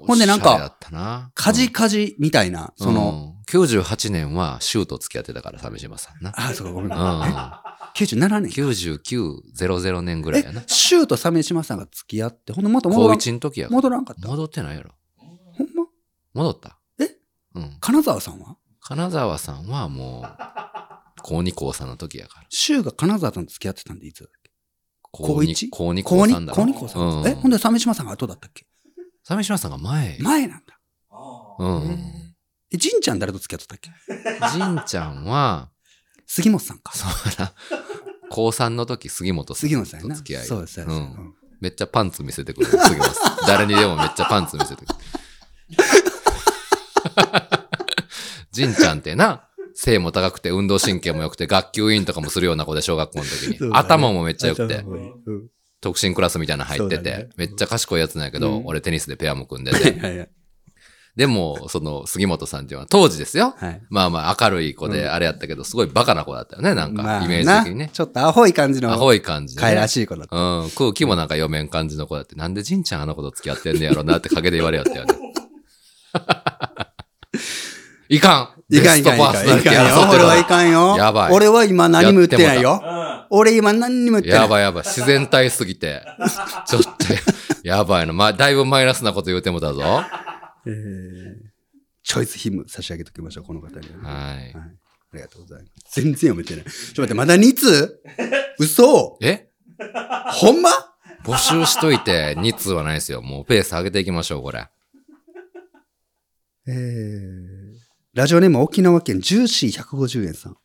ほんでなんかおしゃれだったな、カジカジみたいな、うん、その、うん、98年はシューと付き合ってたから、鮫島さんな。あ、そうか、ごめん。う97ん。年。 9900年ぐらいやなえ。、シューと鮫島さんが付き合って、ほんでまた戻高らん一の時やから。戻らんかった。戻ってないやろ。ほんま戻った。えうん。金沢さんは金沢さんはもう、高2高3の時やから。シューが金沢さんと付き合ってたんでいつ高一二高2高高3 2だ高ろ。二高さん、うんえ、ほんで鮫島さんが後だったっけ鮫島さんが前。前なんだ。うんうへん。え、じんちゃん誰と付き合ってたっけじんちゃんは、杉本さんか。そうやな。高3の時、杉本さん杉本さんやとな。付き合い。そうです、そうう。です。うんんめっちゃパンツ見せてくる。杉本さ ん。誰にでもめっちゃパンツ見せてくる。じんちゃんってな、背も高くて運動神経も良くて学級委員とかもするような子で小学校の時にそう。だね頭もめっちゃ良くて。うん特進クラスみたいなの入ってて、そうだねめっちゃ賢いやつなんやけど、うん俺テニスでペアも組んでて。はいはいでも、その、杉本さんっていうのは当時ですよ。はい。まあまあ明るい子うでんあれやったけど、すごいバカな子だったよね、なんまか、あイメージ的になね。ちょっとアホい感じの、アホい感じで、かいねら。しい子だった。うん、空気もなんか読めん感じの子だって、なんでじんちゃんあの子と付き合ってんねやろなって陰で言われよったよね。いかんいかんいかんいベストパーかソん。ナリいテかィんよ。争って俺るわはいかんよ。やばい俺は今何も言ってないよ。う俺今何にも言ってない。やばいやばい。自然体すぎて。ちょっと、やばいな。ま、だいぶマイナスなこと言うてもだぞ。はえーチョイスヒム差し上げときましょう、この方に。はい。い。ありがとうございます。全然読めてない。ちょっと待って、まだ2通 嘘えほんま募集しといて2通はないですよ。もうペース上げていきましょう、これ。えー、ラジオネーム沖縄県ジューシー150円さん。うん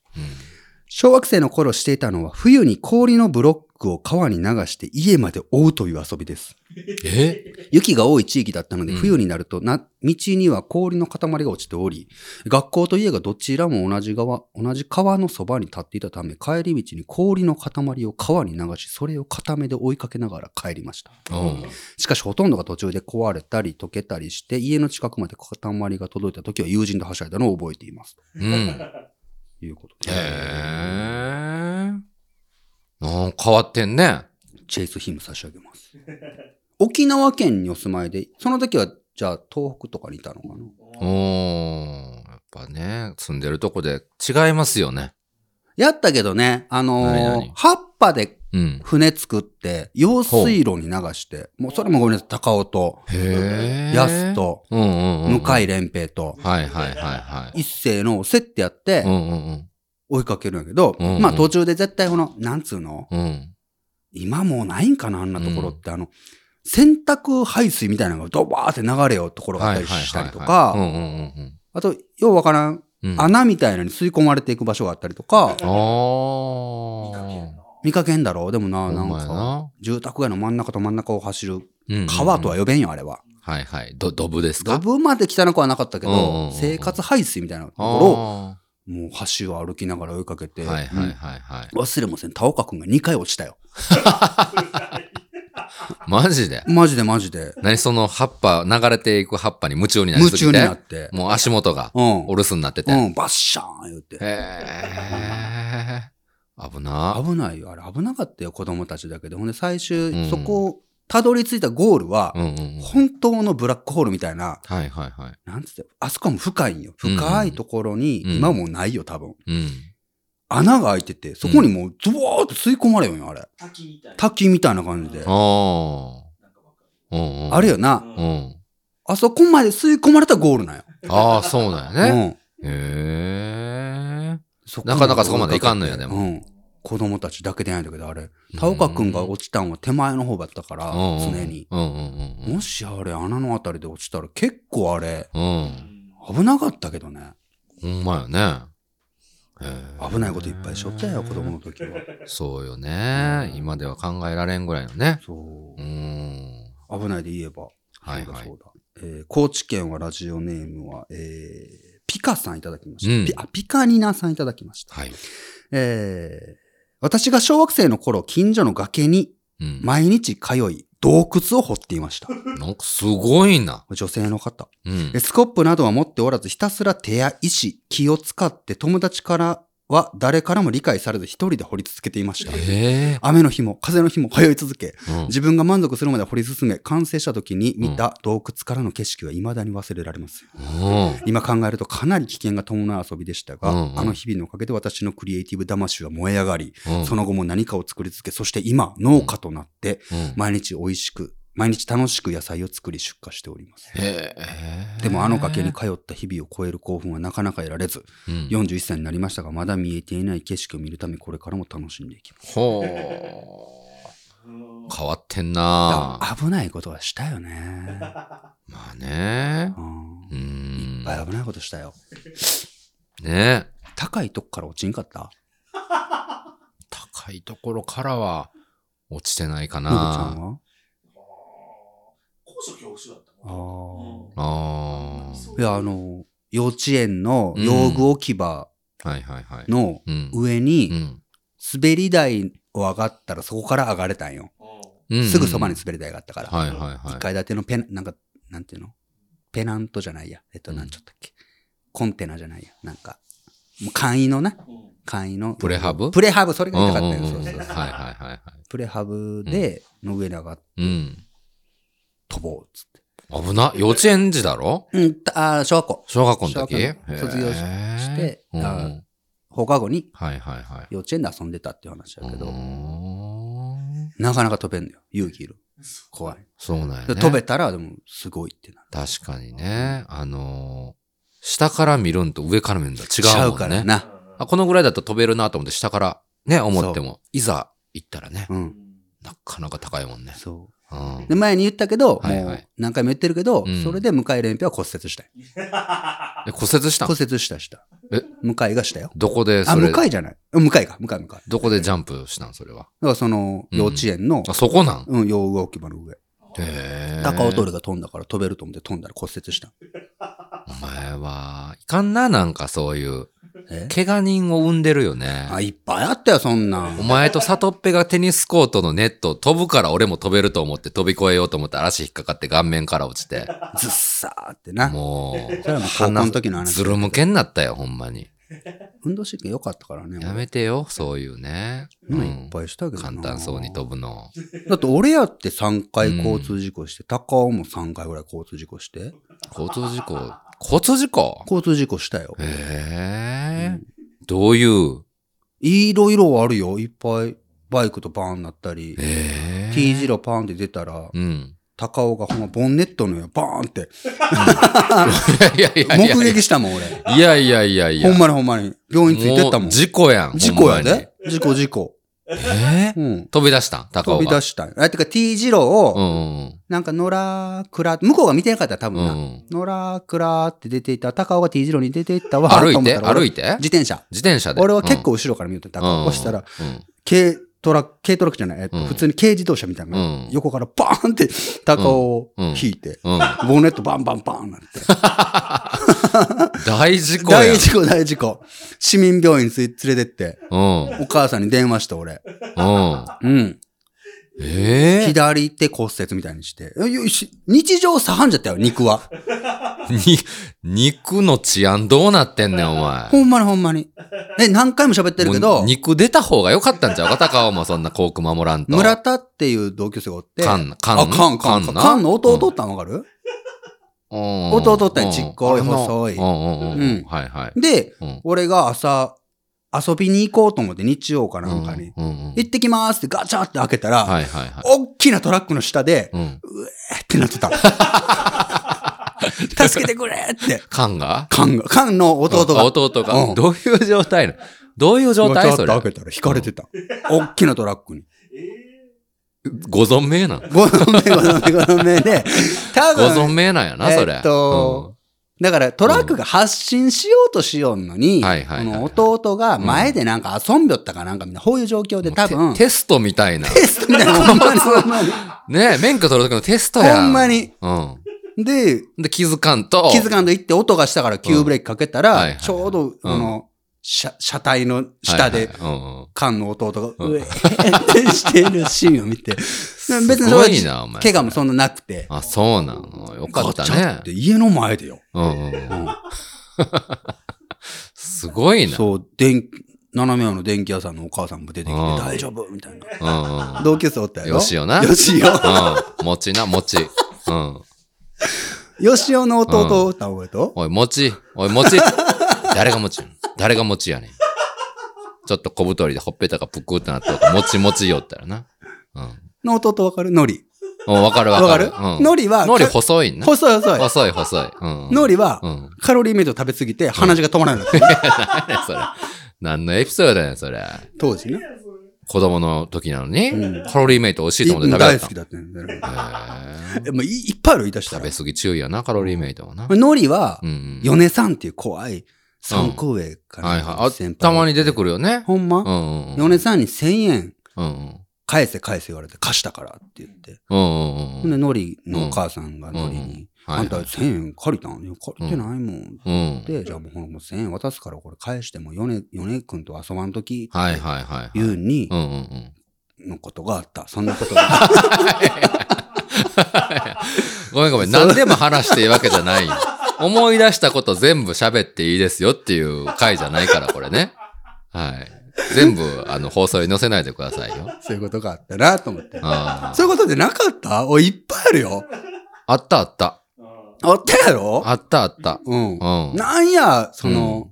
小学生の頃していたのは冬に氷のブロックを川に流して家まで追うという遊び です。え雪が多い地域だったので、うん冬になるとな、道には氷の塊が落ちており、学校と家がどちらも同じ川、同じ川のそばに立っていたため、帰り道に氷の塊を川に流し、それを片目で追いかけながら帰りました。うん。しかし、ほとんどが途中で壊れたり、溶けたりして、家の近くまで塊が届いた時は友人とはしゃいだのを覚えています。うん。ということへで、え。なん変わってんね。チェイスヒム差し上げます。 沖縄県にお住まいで、その時は、じゃあ、東北とかにいたのかなおー。やっぱね、住んでるとこで違いますよね。やったけどね、あのー何々葉っぱでうん。船作って、用水路に流して、もうそれもごめんなさい、高尾と、へえ。ヤス。と、うんうんうん。向井連平と、はいはいはいはい。一斉のセってやってう、んうん追いかけるんやけど、うんうんまあ途中で絶対この、なんつうの、うん。うん。今もうないんかな、あんなところって、あの、洗濯排水みたいなのがドバーって流れようところがあったりしたりとはいはか、いはいはいうんうんうんあと、ようわからん、うん。うん。穴みたいなのに吸い込まれていく場所があったりとか、ああ。見かけんだろうでもな、ほなんんまやか、な。住宅街の真ん中と真ん中を走るうんうんうん川とは呼べんよ、あれは。はいはい。ど、ドブですドかブまで汚くはなかったけうんうんうどん、生活排水みたいなところを、あもう橋を歩きながら追いかけて、ーはいはういんはいはい。忘れもせん、田岡くんが2回落ちたよ。マジでマジでマジで。何その葉っぱ、流れていく葉っぱに夢中になり夢すぎて中になって。もう足元がうん。お留守になってて。へうん、バッシャーン言って。え。危な。危ないよ、あれ危なかったよ、子供たちだけど。ほんで最うん終、そこをたどり着いたゴールはう、んうんうん。本当のブラックホールみたいな、はいはいはい。なんつって、あそこも深いんよ。うん深いところに、うん今もうないよ、多分。うん。穴が開いてて、そこにもう、ズワーって吸い込まれよんよ、あれ。滝みたいな。滝みたいな感じで。あなんかわかあ。うんうん。あれよな。る。う。ん。あそこまで吸い込まれたゴールなんよ。ああ、そうなんやね。ね、へえ。うん。なかなかそこまでいかんのやでもうん。子供たちだけでやんだけど、あれ。田岡くんが落ちたんは手前の方だったから、うんうん常に。うんうんうんもしあれ穴のあたりで落ちたら結構あれ、うん。うん。危なかったけどね。ほんまよね。えー危ないこといっぱいしょったよ、子供の時は。そうよね、うん今では考えられんぐらいのね。そううー。ん。危ないで言えば。はいそうだはいそう。だ。えー高知県はラジオネームは、えーピカさんいただきました、うんピ。あ、ピカニナさんいただきました。はい。えー私が小学生の頃、近所の崖にうん。毎日通い、洞窟を掘っていました。なんかすごいな。女性の方。うんえ。スコップなどは持っておらず、ひたすら手や石、気を使って友達からは誰からも理解されず一人で掘り続けていました。ええ雨の日も風の日も通い続け、うん自分が満足するまで掘り進め、完成した時に見た洞窟からの景色は未だに忘れられません。うん。今考えるとかなり危険が伴う遊びでしたが、うんうんあの日々のおかげで私のクリエイティブ魂は燃え上がり、うん。その後も何かを作り続け、そして今、農家となって、うん毎日美味しく、毎日楽しく野菜を作り出荷しております。へえでもあの崖に、通った日々を超える興奮はなかなか得られず、うん、 41歳になりましたが、まだ見えていない景色を見るため、これからも楽しんでいきます。ほう。変わってんなだ危ないことはしたよね。まあね。うんうーん。いっぱい危ないことしたよ。ね高いとこから落ちんかった高いところからは落ちてないかのぶちゃんな。は高所恐怖症だったあもん。ーあそういや、あの、幼稚園の用具置き場あ。はいはいはい。のうん。上うに、ん滑り台を上がったらそこから上がれたんよ。うんうんすぐそばに滑り台があったから。はいはいはい1。階建てのペナ、なんか、なんていうのペナントじゃないや。えっと、うんなんちゃったっけ。コンテナじゃないや。なんか、もう簡易のな。うん簡易の。プレハブプレハブ、それが痛かったよ。うんうんそううんそはいうはいそうはいはい。プレハブで、の上に上がってうん。飛ぼうっつって。危な。幼稚園児だろうん、たあー小学校。小学校の時小学校の卒業しへーしてうんうんあー放課後にはいはいはい。幼稚園で遊んでたっていう話だけど、うーんなかなか飛べんのよ。勇気いる。怖い。そうなんや、ね。で飛べたら、でも、すごいってなる。確かにね。あのー下から見るんと上から見るんと違ちゃううもんね。からな。あ。このぐらいだと飛べるなと思って下からね、思っても、いざ行ったらね、う。うんんなかなか高いもんね。そうう。んで、。前に言ったけど、はいもはいう何回も言ってるけど、うんそれで向井連平は骨折したよ。え骨折したん骨折したした。え向井がしたよ。どこであ、そ向れ、井じゃない。うん向井か、向井向井。だかどこでジャンプしたんそれは。らその、うん幼稚園のあ、、そこなんうん、洋具置き場の上。へえ。高尾トルが飛んだから飛べると思って飛んだら骨折した。お前は、いかんな、なんかそういう。え怪我人を生んでるよね。あ、いっぱいあったよ、そんなんお。前とサトッペがテニスコートのネットを飛ぶから俺も飛べると思って飛び越えようと思って嵐引っかかって顔面から落ちて。ずっさーってな。もそれはもう高校の時のう、話ず。るむけになったよ、ほんまに。運動神経良かったからね。やめてよ、そういうね。俺ううんいっん。ぱいしたけどな簡単そうに飛ぶの。だって俺やって3回交通事故して、高尾も3回ぐらい交通事故して、交通事故、交通事故交通事故したよ。ええうんどういう、いろいろあるよ。いっぱいバイクとバーンなったり、ええ T 字路パーンって出たら、うん。 高尾がほんまボンネットのよ、バーンって。いやいやいやいや。目撃したもん、俺。いやいやいやいや。ほんまにほんまに。病院ついてったも。うん事故やん。事故やほんまにで。。事故事故。ええうん。飛び出したん高尾飛びが出。したん。あ、てか T 字路うんを、うんなんか野良倉、向こうが見てなかったら多うん。分うな。ん。野良倉って出ていた、高尾が T 字路に出ていったわ。歩いと思ってたら俺歩いて自転車。自転車で。俺は結構後ろから見よってたうん、から、そしたら、うん軽トラ、軽トラックじゃない、えっとうん普通に軽自動車みたいなのがうん横からバーンって高をうんうん引いて、うん。ボンネットバンバンバーンなって。 大事故やん。大事故、大事故。市民病院に連れてって、うん。お母さんに電話した俺。うん。うん。ええ左手骨折みたいにして。よよし日常茶飯じゃったよ、肉は。に、肉の治安どうなってんねん、お前。ほんまにほんまに。え、何回も喋ってるけもどう、肉出た方が良かったんちゃうか高尾もそんな航空守らんと。村田っていう同級生がおって、カン、カン。あ、カン、カン、なカンの弟おったんわかる、うん弟ってちっこいうんあれな細いうんうんううんん。はいはい。で、うん。俺が朝、遊びに行こうと思って日曜かなんかに、うんうん。行ってきますってガチャって開けたら、はいはいはい。大きなトラックの下で、うん。えってなって た。助けてくれって。カンが缶が、缶の弟あが。弟うんが。どういう状態なのどういう状ガチャっ態そてれ開。けたら引かれてた。大きなトラックに。えご存命なんご存命、ご存命、ご存命で、多 ご存分、命なんやな、それ。えっとだからトラックが発信しようとしようのに、はいはいはいはいこの弟が前でなんか遊んびょったかなんかみたいな、こういう状況で多もう分、テテストみたいな。テストみたいな、 ほんまに、ほんまに。ねえ、免許取る時のテストやほんま。に。うん。で、で、気づかんと。気づかんと行って音がしたから急ブレーキかけたうんはいはいら、はいちょうど、あの、車、車体の下ではい、はいうんうん缶の弟が、うんうえーってしてるシーンを見 て、別にそすごいなおれ、前怪我もそんななくて、あ、そうなの。よかったガチャねっ。て家の前でよ。うんうんうん。 うんすごいな。そう、電気、斜め屋の電気屋さんのお母さんも出てきて、うん大丈夫みたいな。うんうんうん。同級生おったやろよしよなよしよ。うん。餅な、餅。うん。 よしよの弟おった覚えとおい、餅。おい、餅。誰が餅やねん誰が餅やねん。ちょっと小太りでほっぺたがぷくってなったから、もちもちよったらな。うん。の弟わかるのり。うんわかるわわかかる。るうん。のりは、のりか細いな。細い細い。細い細い。うん。のりはう、ん。カロリーメイト食べ過ぎて鼻血が止まらない。 何やそれ。何のエピソードだよ、それ。当時な。子供の時なのに、うんカロリーメイト美味しいと思って食べ大ら好食きべだったんだよ。たの。へーえもういいっぱいある言い出した食らべ。過ぎ注意やな、カロリーメイトはな。のりはう、んうん。米さんっていう怖い三個上かはいらはい。あ、たまに出てる。くるよね。ほんうまんうんうん。米さんに1000円うんうん。返せ返せ言われて貸したからって言って。うんうんうほんん。で、のりのお母さんがのりうんうに、はあんいたはい。 1000円借りたんいや借りてないもん。うん。で、じゃあもうこの1000円渡すからこれ返しても、ヨネ、ヨネ君と遊ばんとき、はいはいはい。言うにう、んうんうん。のことがあった。そんなこと が。ごめんごめん。何でも話していいわけじゃない。思い出したこと全部喋っていいですよっていう回じゃないから、これね。はい。全部、あの、放送に載せないでくださいよ。そういうことがあったなと思って。あそういうことでなかったおい、いっぱいあるよ。あったあった。あったやろあったあった。うんう。ん。なんや、その、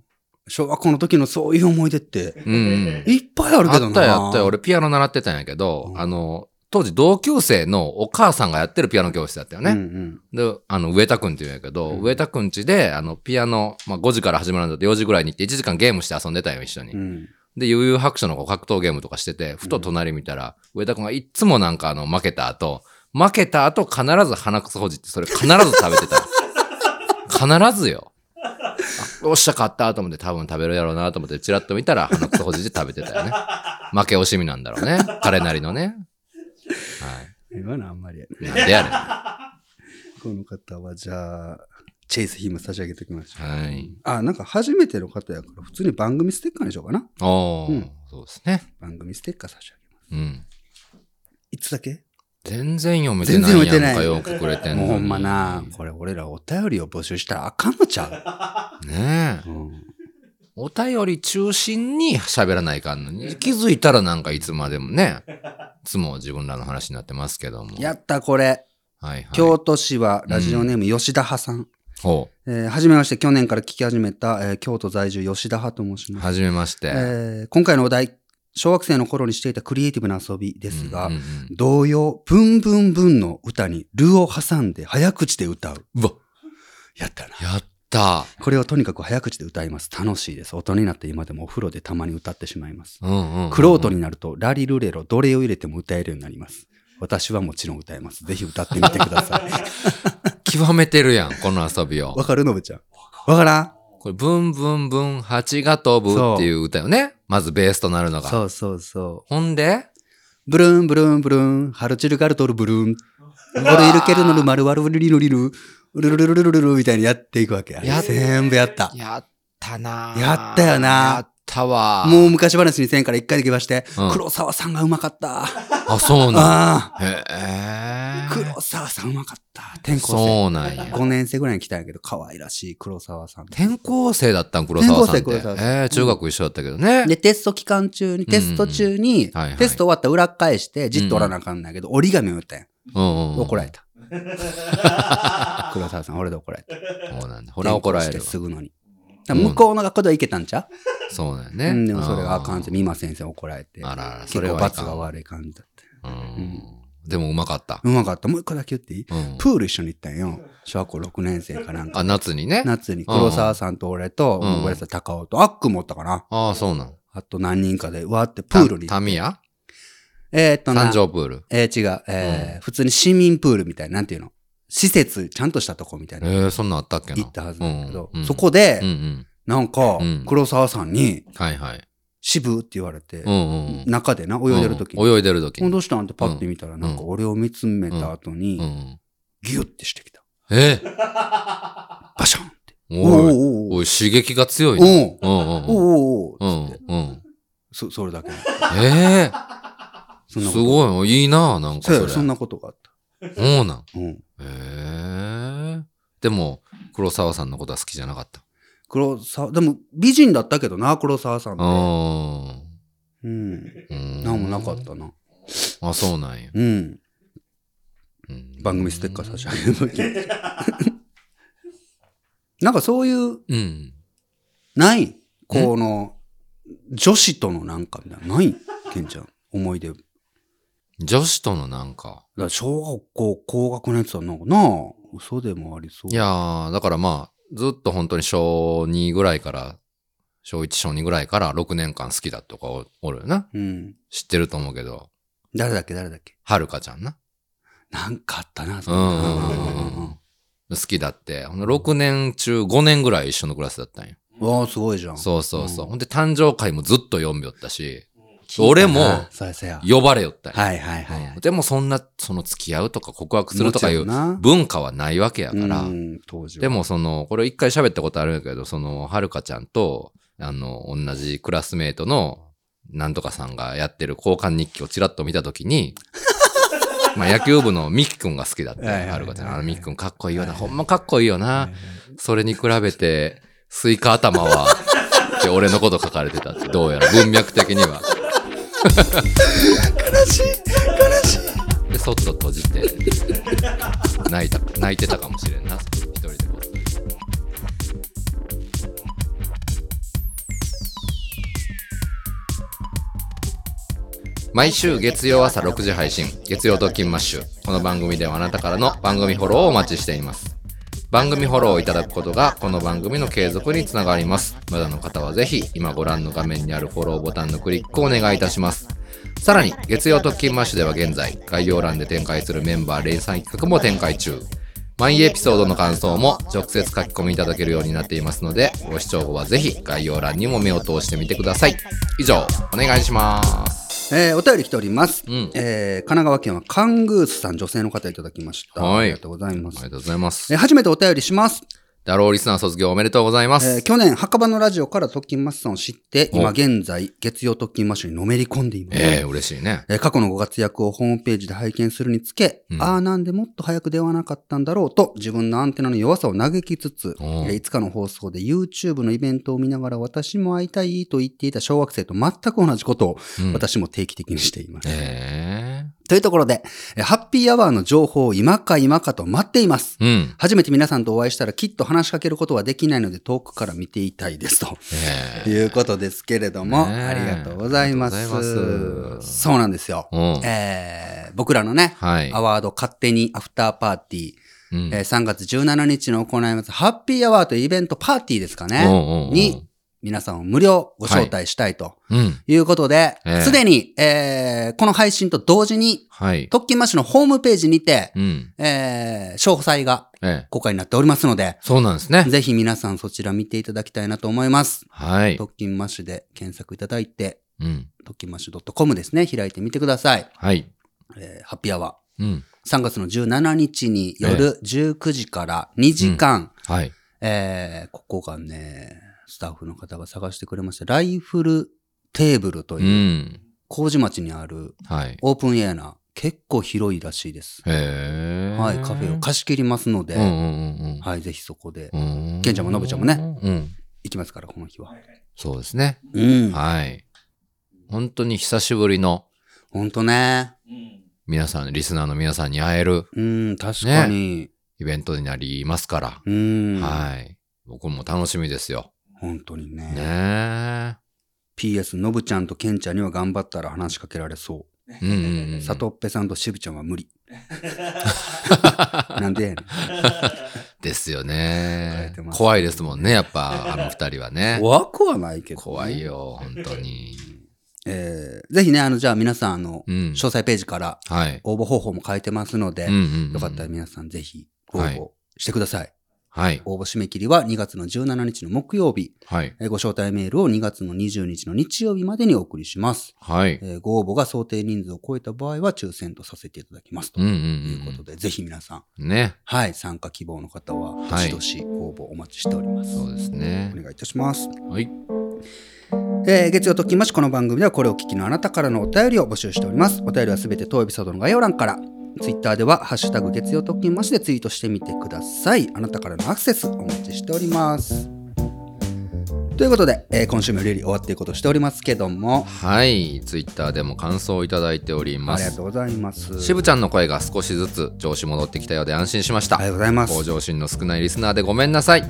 小学校の時のそういう思い出って、うんうん。いっぱいあるけどな。あったよ、あったよ。俺ピアノ習ってたんやけど、うんあの、当時同級生のお母さんがやってるピアノ教室だったよね。ね。で、あの、上田くんって言うんやけど、うん上田くんちで、あの、ピアノ、まあ、5時から始まるんだって4時ぐらいに行って1時間ゲームして遊んでたんよ、一緒に。うん。で、悠々白書のこう格闘ゲームとかしてて、ふと隣見たら、上田くんがいっつもなんかあの、負けた後、負けた後必ず鼻くそほじって、それ必ず食べてた の。必ずよ。あよっしゃ、買ったと思って多分食べるやろうなと思って、チラッと見たら鼻くそほじって食べてたよね。負け惜しみなんだろうね。彼なりのね。はええわな、あんまり。い。なんでやねん。この方は、じゃあ、チェイスヒーム差し上げておきましょう。はい。あ、なんか初めての方やから、普通に番組ステッカーにしようかな。おー、うんそうですね。番組ステッカー差し上げます。うん。いつだけ全然読めてない全然読めてやなんいか、よくくれてんのもうに。ほんまな、これ俺らお便りを募集したらあかんのちゃねえ。う、お便り中心に喋らないかんのに、気づいたらなんかいつまでもね、いつも自分らの話になってますけども。やったこれ。はいはい。京都市はラジオネーム吉田派さん。ほえーはじめまして、去年から聞き始めた、えー京都在住吉田派と申しう。ます。はじめまして。えー今回のお題、小学生の頃にしていたクリエイティブな遊びですが、うんうんうん童謡、ブンブンブンの歌にルを挟んで早口で歌う。うわ、やったな。やった。これをとにかく早口で歌います。楽しいです。大人になって今でもお風呂でたまに歌ってしまいます。うんうんうん。クロートになると、ラリルレロ、どれを入れても歌えるようになります。私はもちろん歌えます。ぜひ歌ってみてくださ い。極めてるやん、この遊びをわ。かるのぶちゃん。わからんこれ、ブンブンブン、蜂が飛ぶっていう歌よね。まずベースとなるのが。そうそうそほんで、う。ブルーンブルーンブルーン、ハルチルガルトルブルーン。ボルイルケルノルマルワルリルリル、ウルルルルルルルルみたいにやっていくわけ。やっ全部やった。やったなぁやったよなやったわもう昔話にせんから一回できまして、うん黒沢さんがうまかった。あ、そうなん。あへえあ、。黒沢さんうまかった。転校生。そうなんや。 5年生ぐらいに来たんやけど、可愛らしい黒沢さん。転校生だったん黒沢さんって。転校生黒沢さええ中学一緒だったけどね。で、テスト期間中に、テスト中に、はいはいテスト終わったら裏返して、じっとおらなあかんないけど、折り紙を打ったんやうんうんうん怒られた。黒沢さん、俺で怒られた。そうなんだ。ほら怒られ転校るわして。すぐのに。だから向こうの学校ではいけたんちゃそうなんう、やうんね。でもそれがあかんって、て。美馬先生怒られて。あらあら、結それ構はい罰かんが悪い感じだった。うん。でもうまかった。うまかった。もう一個だけ言っていいうんプール一緒に行ったんよ。小学校6年生かなんか。あ、夏にね。夏に黒沢さんと俺と、うんごめんなさい、高尾と、あっくんもおったかな。ああ、そうなん。あと何人かで、わーってプールにタ。タミヤえーっとな三、条プール。えー違う、えー普通に市民プールみたいな、なんていうの施設、ちゃんとしたとこみたいえな、ー、そんなんあったっけな。行ったはずなんだけどうんう、んそこでうん、うん。なんかうん、黒沢さんに、はいはい。渋って言われてう、んうんうん。中でな、泳いでる時に、うん泳いでる時もうに。どうしたんってパッて見たら、なんか俺を見つめた後うに、ん。ギュッてしてきた。えバシャンって。おい、おおい、刺激が強おいな。おうんうんおうん。おおうおつっんて、うん。そ、それだけ。ええすすごい、いいなあなんかそうそやれ。そんなことがあっそうなん。た。うん。ええでも、黒沢さんのことは好きじゃなかった。黒沢、でも美人だったけどな、黒沢さんうって。ーうん。ん。なんもなかっ。たな。あ、そうなんや。うん。うん番組ステッカー差し上げるとき。 なんかそういう、うん。ない、この、女子とのなんかみたいな、ないケンちゃん、思い出。だか女子とのなんか。ら小学校高学のやつはなんかなあ、嘘でもありそう。いやー、だからまあ、ずっと本当に小2ぐらいから、小1、小2ぐらいから6年間好きだとかおおるよな。うん。知ってると思うけど、誰だっけ、誰だっけ。はるかちゃんな。なんかあったな、うそんなうんうんうんうん。好きだって、ほんで6年中5年ぐらい一緒のクラスだったんよ。わあ、すごいじゃん。そうそうそう。うんほんで誕生会もずっと読みよったし、聞いたな俺もそうやそうや。呼ばれよったんよはいはいはいはうんい。でもそんな、その付き合うとか告白するとかいもうちろんな文化はないわけやから、うん当時はで、もその、これ一回喋ったことあるんやけど、その、はるかちゃんと、あの、同じクラスメートの、なんとかさんがやってる交換日記をちらっと見たと きに、まあ野球部のミキ君が好きだって、はいはいはいはるかちゃん。あのミキ君かっこいいよな。はいはほいんまかっこいいよは。ないそれに比べて、スイカ頭は、って俺のこと書かれてたって、どうやら文脈的には。悲しい、悲しい。で、そっと閉じて、泣いた、泣いてたかもしれんな、一人でこっそり。毎週月曜朝6時配信、月曜ドッキンマッシュ。この番組ではあなたからの番組フォローをお待ちしています。番組フォローをいただくことがこの番組の継続につながりますまだの方はぜひ今ご覧の画面にあるフォローボタンのクリックをお願いいたしますさらに月曜特勤マッシュでは現在概要欄で展開するメンバー連載企画も展開中毎エピソードの感想も直接書き込みいただけるようになっていますのでご視聴後はぜひ概要欄にも目を通してみてください以上お願いしますえーお便り来ております。うんえー神奈川県はカングースさん、女性の方いただきました。はあいりがとうございまありすが。とうございますえー初めてお便りします。ダローリスナー卒業おめでとうございます、えー去年、墓場のラジオから特勤マスさんを知って、お今現在、月曜特勤マッシュにのめり込んでいます。ええ嬉しいねえー過去のご活躍をホームページで拝見するにつけ、うんああなんでもっと早く出会わなかったんだろうと自分のアンテナの弱さを嘆きつつ、えおうーいつかの放送で YouTube のイベントを見ながら私も会いたいと言っていた小学生と全く同じことをうん私も定期的にしています。えというところで、えーハッピーアワーの情報を今か今かと待っています。えうん初めて皆さんとお会いしたらきっと話しかけることはできないので遠くから見ていたいですと。ええいうことですけれども、ねえありがとうございます。ありがとうございますそうなんですよ。うんえー僕らのね、はい。アワード勝手にアフターパーティー、うんえー3月17日の行います、ハッピーアワーというイベントパーティーですかね、うんうんうんに皆さんを無料ご招待したいとうん。いうことでええ、すで、に、えーこの配信と同時に、はい。特勤マッシュのホームページにて、うん。えー詳細がええ。公開になっておりますので、そうなんですね。ぜひ皆さんそちら見ていただきたいなと思います。はい。特勤マッシュで検索いただいて、うん。特勤マッシュ .com ですね、開いてみてください。はい。えーハッピーアワうん。ー。3月の17日に夜19時から2時間、はい。えーここがね、スタッフの方が探してくれました。ライフルテーブルとういう、ん。麹町にあるはい。オープンエアな、結構広いらしいです。へえ。はい、カフェを貸し切りますので、うんうんうんうん。はい、ぜひそこでうん。ケンちゃんもノブちゃんもねうん。行きますから、この日は。そうですね。うん。はい。本当に久しぶりのほんとね。うん皆さん、リスナーの皆さんに会えるうん、確かに。イベントになりますから。うん。はい。僕も楽しみですよ。本当にね。ね PS、のぶちゃんとケンちゃんには頑張ったら話しかけられそう。え。うんう んうん。さとっぺさんとしぶちゃんは無 理。なんでやねんですよね書いて。ます怖いですもんね、やっ ぱ、あの二人はね。怖くはないけど、怖い。よ、本当に。えー、ぜひね、あの、じゃあ皆さん、あの、うん詳細ページからはい。応募方法も書いてますので、うんうんうんよかったら皆さんぜひ応はい募してください。はい。応募締め切りは2月の17日の木曜日、はい。えーご招待メールを2月の20日の日曜日までにお送りします。はい。えーご応募が想定人数を超えた場合は抽選とさせていただきますとうんういんううこんとで、ぜひ皆さん、うん。ね。はい、参加希望の方は、どはいしどし応募お待ちしております。そうですねお。願いいたします。はい。えー月曜ときましこの番組ではこれを聞きのあなたからのお便りを募集しておりますお便りはすべて当エピソードの概要欄からツイッターでは「ハッシュタグ月曜ときまし」でツイートしてみてくださいあなたからのアクセスお待ちしておりますということで、えー今週も料理終わっていこうとしておりますけどもはい。ツイッターでも感想をいただいておりあまりがすと。うございますしぶちゃんの声が少しずつ調子戻ってきたようで安心しました。ありがとうございます向上心の少ないリスナーでごめんな さい。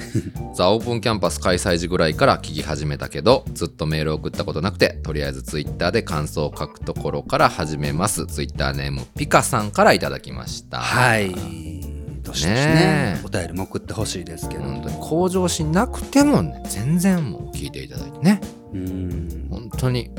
ザ・オープンキャンパス開催時ぐらいから聞き始めたけど、ずっとメール送ったことなくて、とりあえずツイッターで感想を書くところから始めます。ツイッターネームピカさんからいただきました。はいどしどしねねえお便りも送ってほしいですけど本当に向上心なくてもね、全然もう聞いていただいてね。うん本当に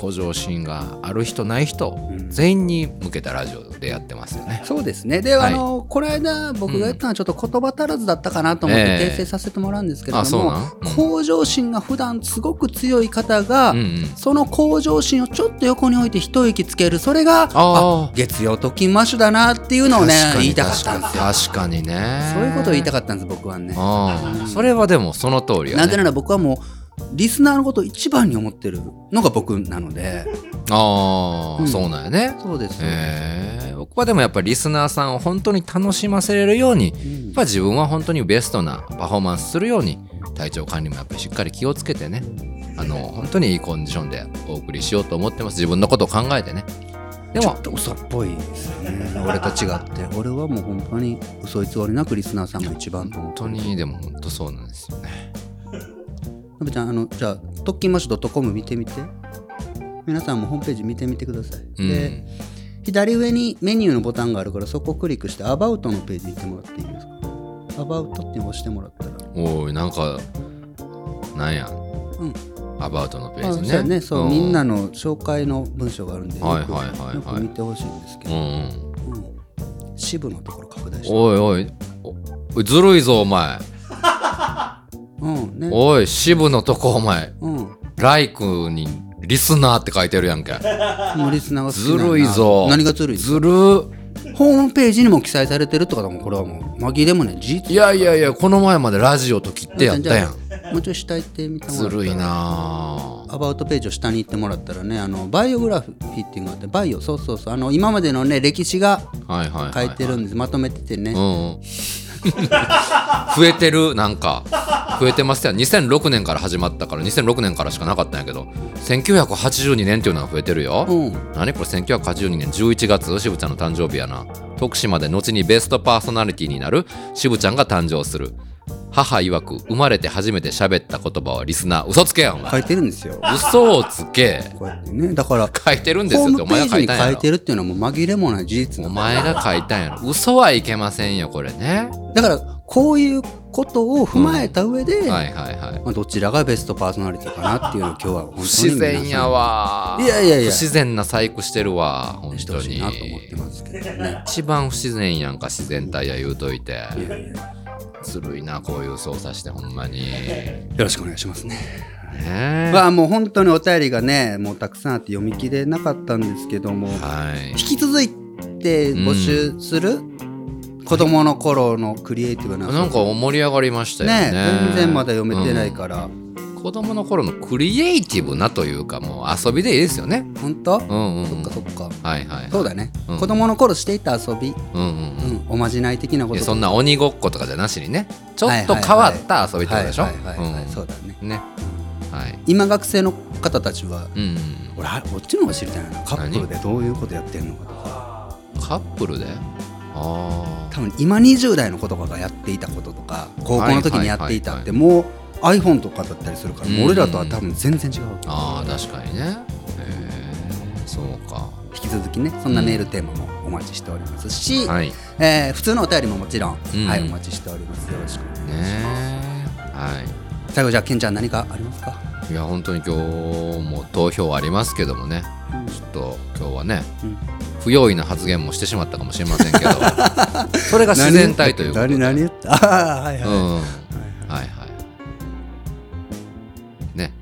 向上心がある人ない人、ん全員に向けたラジオでやってますよね。そうですね。で、はいあの、この間僕がやったのはちょっと言葉足らずだったかなと思ってええ訂正させてもらうんですけれあどそうも、なんうん向上心が普段すごく強い方が、うんうん。その向上心をちょっと横に置いて一息つける、それが、あああ。月曜と金マッシュだなっていうのをね確か、に言いたかったんですよ。確かにねそういうことを言いたかっかったんです、僕はね。あそれはでもその通りやねなぜなら僕はもう、リスナーのことを一番に思ってるのが僕なので、ああ、うんそうなんやねそうです。ええ僕はでもやっぱりリスナーさんを本当に楽しませれるようにうやんっぱ自分は本当にベストなパフォーマンスするように体調管理もやっぱりしっかり気をつけてねあの本当にいいコンディションでお送りしようと思ってます自分のことを考えてねでちょもっと嘘っぽいですよね俺と違って俺はもう本当に嘘偽りなくリスナーさんが一番と思本う当にでも本当そうなんですよねなべちゃんあのじゃあ特勤マッシュ .com 見てみて皆さんもホームページ見てみてください、うんで左上にメニューのボタンがあるからそこをクリックして「アバウト」のページ行ってもらっていいですか「アバウト」って押してもらったらおいなんかなんやうんアバウトのペあーそうジやねねそう、んみんなの紹介の文章があるんでよく,、はいはいはいはいよく見てほしいんですけうんど、うんうん支部のところ拡大しておいおいおおいずるいぞお前うんねおい支部のとこお前うんライクにリスナーって書いてるやんけもうリスナーが好きなんだずるいぞ何がずるいずるホームページにも記載されてるとかでもこれはもう紛れもね事実いやいやいやこの前までラジオと切ってやったやんもうちょい下行ってみたずるいなアバウトページを下に行ってもらったらねあのバイオグラフィーっていうのがあってバイオそうそうそうあの今までのね歴史があはいはいはい、書いてるんです、まとめててね、うん うん増えてるなんか増えてますよ2006年から始まったから2006年からしかなかったんやけど1982年っていうのは増えてるよ、うん何これ1982年11月渋ちゃんの誕生日やな徳島で後にベストパーソナリティになる渋ちゃんが誕生する母曰く生まれて初めて喋った言葉はリスナー嘘つけやお前書いてるんですよ嘘をつけこうやってねだから書いてるんですホーよっておムペ前ーが書ジいにたんや書いろてるっていうのはもう紛れもない事実おなんだ前が書いたんやろ嘘はいけませんよこれねだからこういうことを踏まえた上で、はいはいはいまあ、どちらがベストパーソナリティかなっていうのを今日は本当に不皆さん自然やわいやいやいや不自然な細工してるわ本して当ほしいになと思ってますけどね一番不自然やんか自然体や言うといていやいやずるいなこういう操作してほんまによろしくお願いしますね。ねえまあもう本当にお便りがねもうたくさんあって読み切れなかったんですけどもはい引。き続いて募集する、子供の頃のクリエイティブななんか盛り上がりましたよね。ね全然まだ読めてないから、うん子供の頃のクリエイティブなというか、もう遊びでいいですよね。本当、うんうん。そっかそっかはいはい。そうだね、うん子供の頃していた遊び、うんううんうん。ん、おまじない的なこといやそんな鬼ごっことかじゃなしにね、ちょっとはいはいはい変わった遊びってこはいはとでいしょ。はい、はいそうだねうんね。はい。今学生の方たちはうん俺あこっちの方が知りたいなカップルでどういうことやってるのかとかうん。カップルで。あ多分今20代の子とかがやっていたこととか高校の時にやっていたってもう iPhone とかだったりするから、うんもう俺らとは多分全然違うあ。ああ、確かにね。へえ。そうか。引き続きねそんなメールテーマもお待ちしておりますし、はい。えー普通のお便りももちろん、うんはい、お待ちしておりますよろしくお願いします、ねえはい最後じゃあ、ケンちゃん何かありますかいや本当に今日も投票ありますけどもねちょっと今日はね、うん不用意な発言もしてしまったかもしれませんけ どそれが自然体ということで何何言ったああ、はいはい。うんはいはいはいね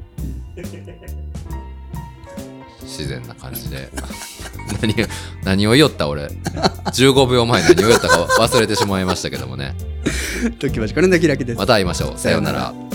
自然な感じで 何何を言おった俺15秒前何を言おったか忘れてしまいましたけどもねときましょう。これで開きです。また会いましょうさようなら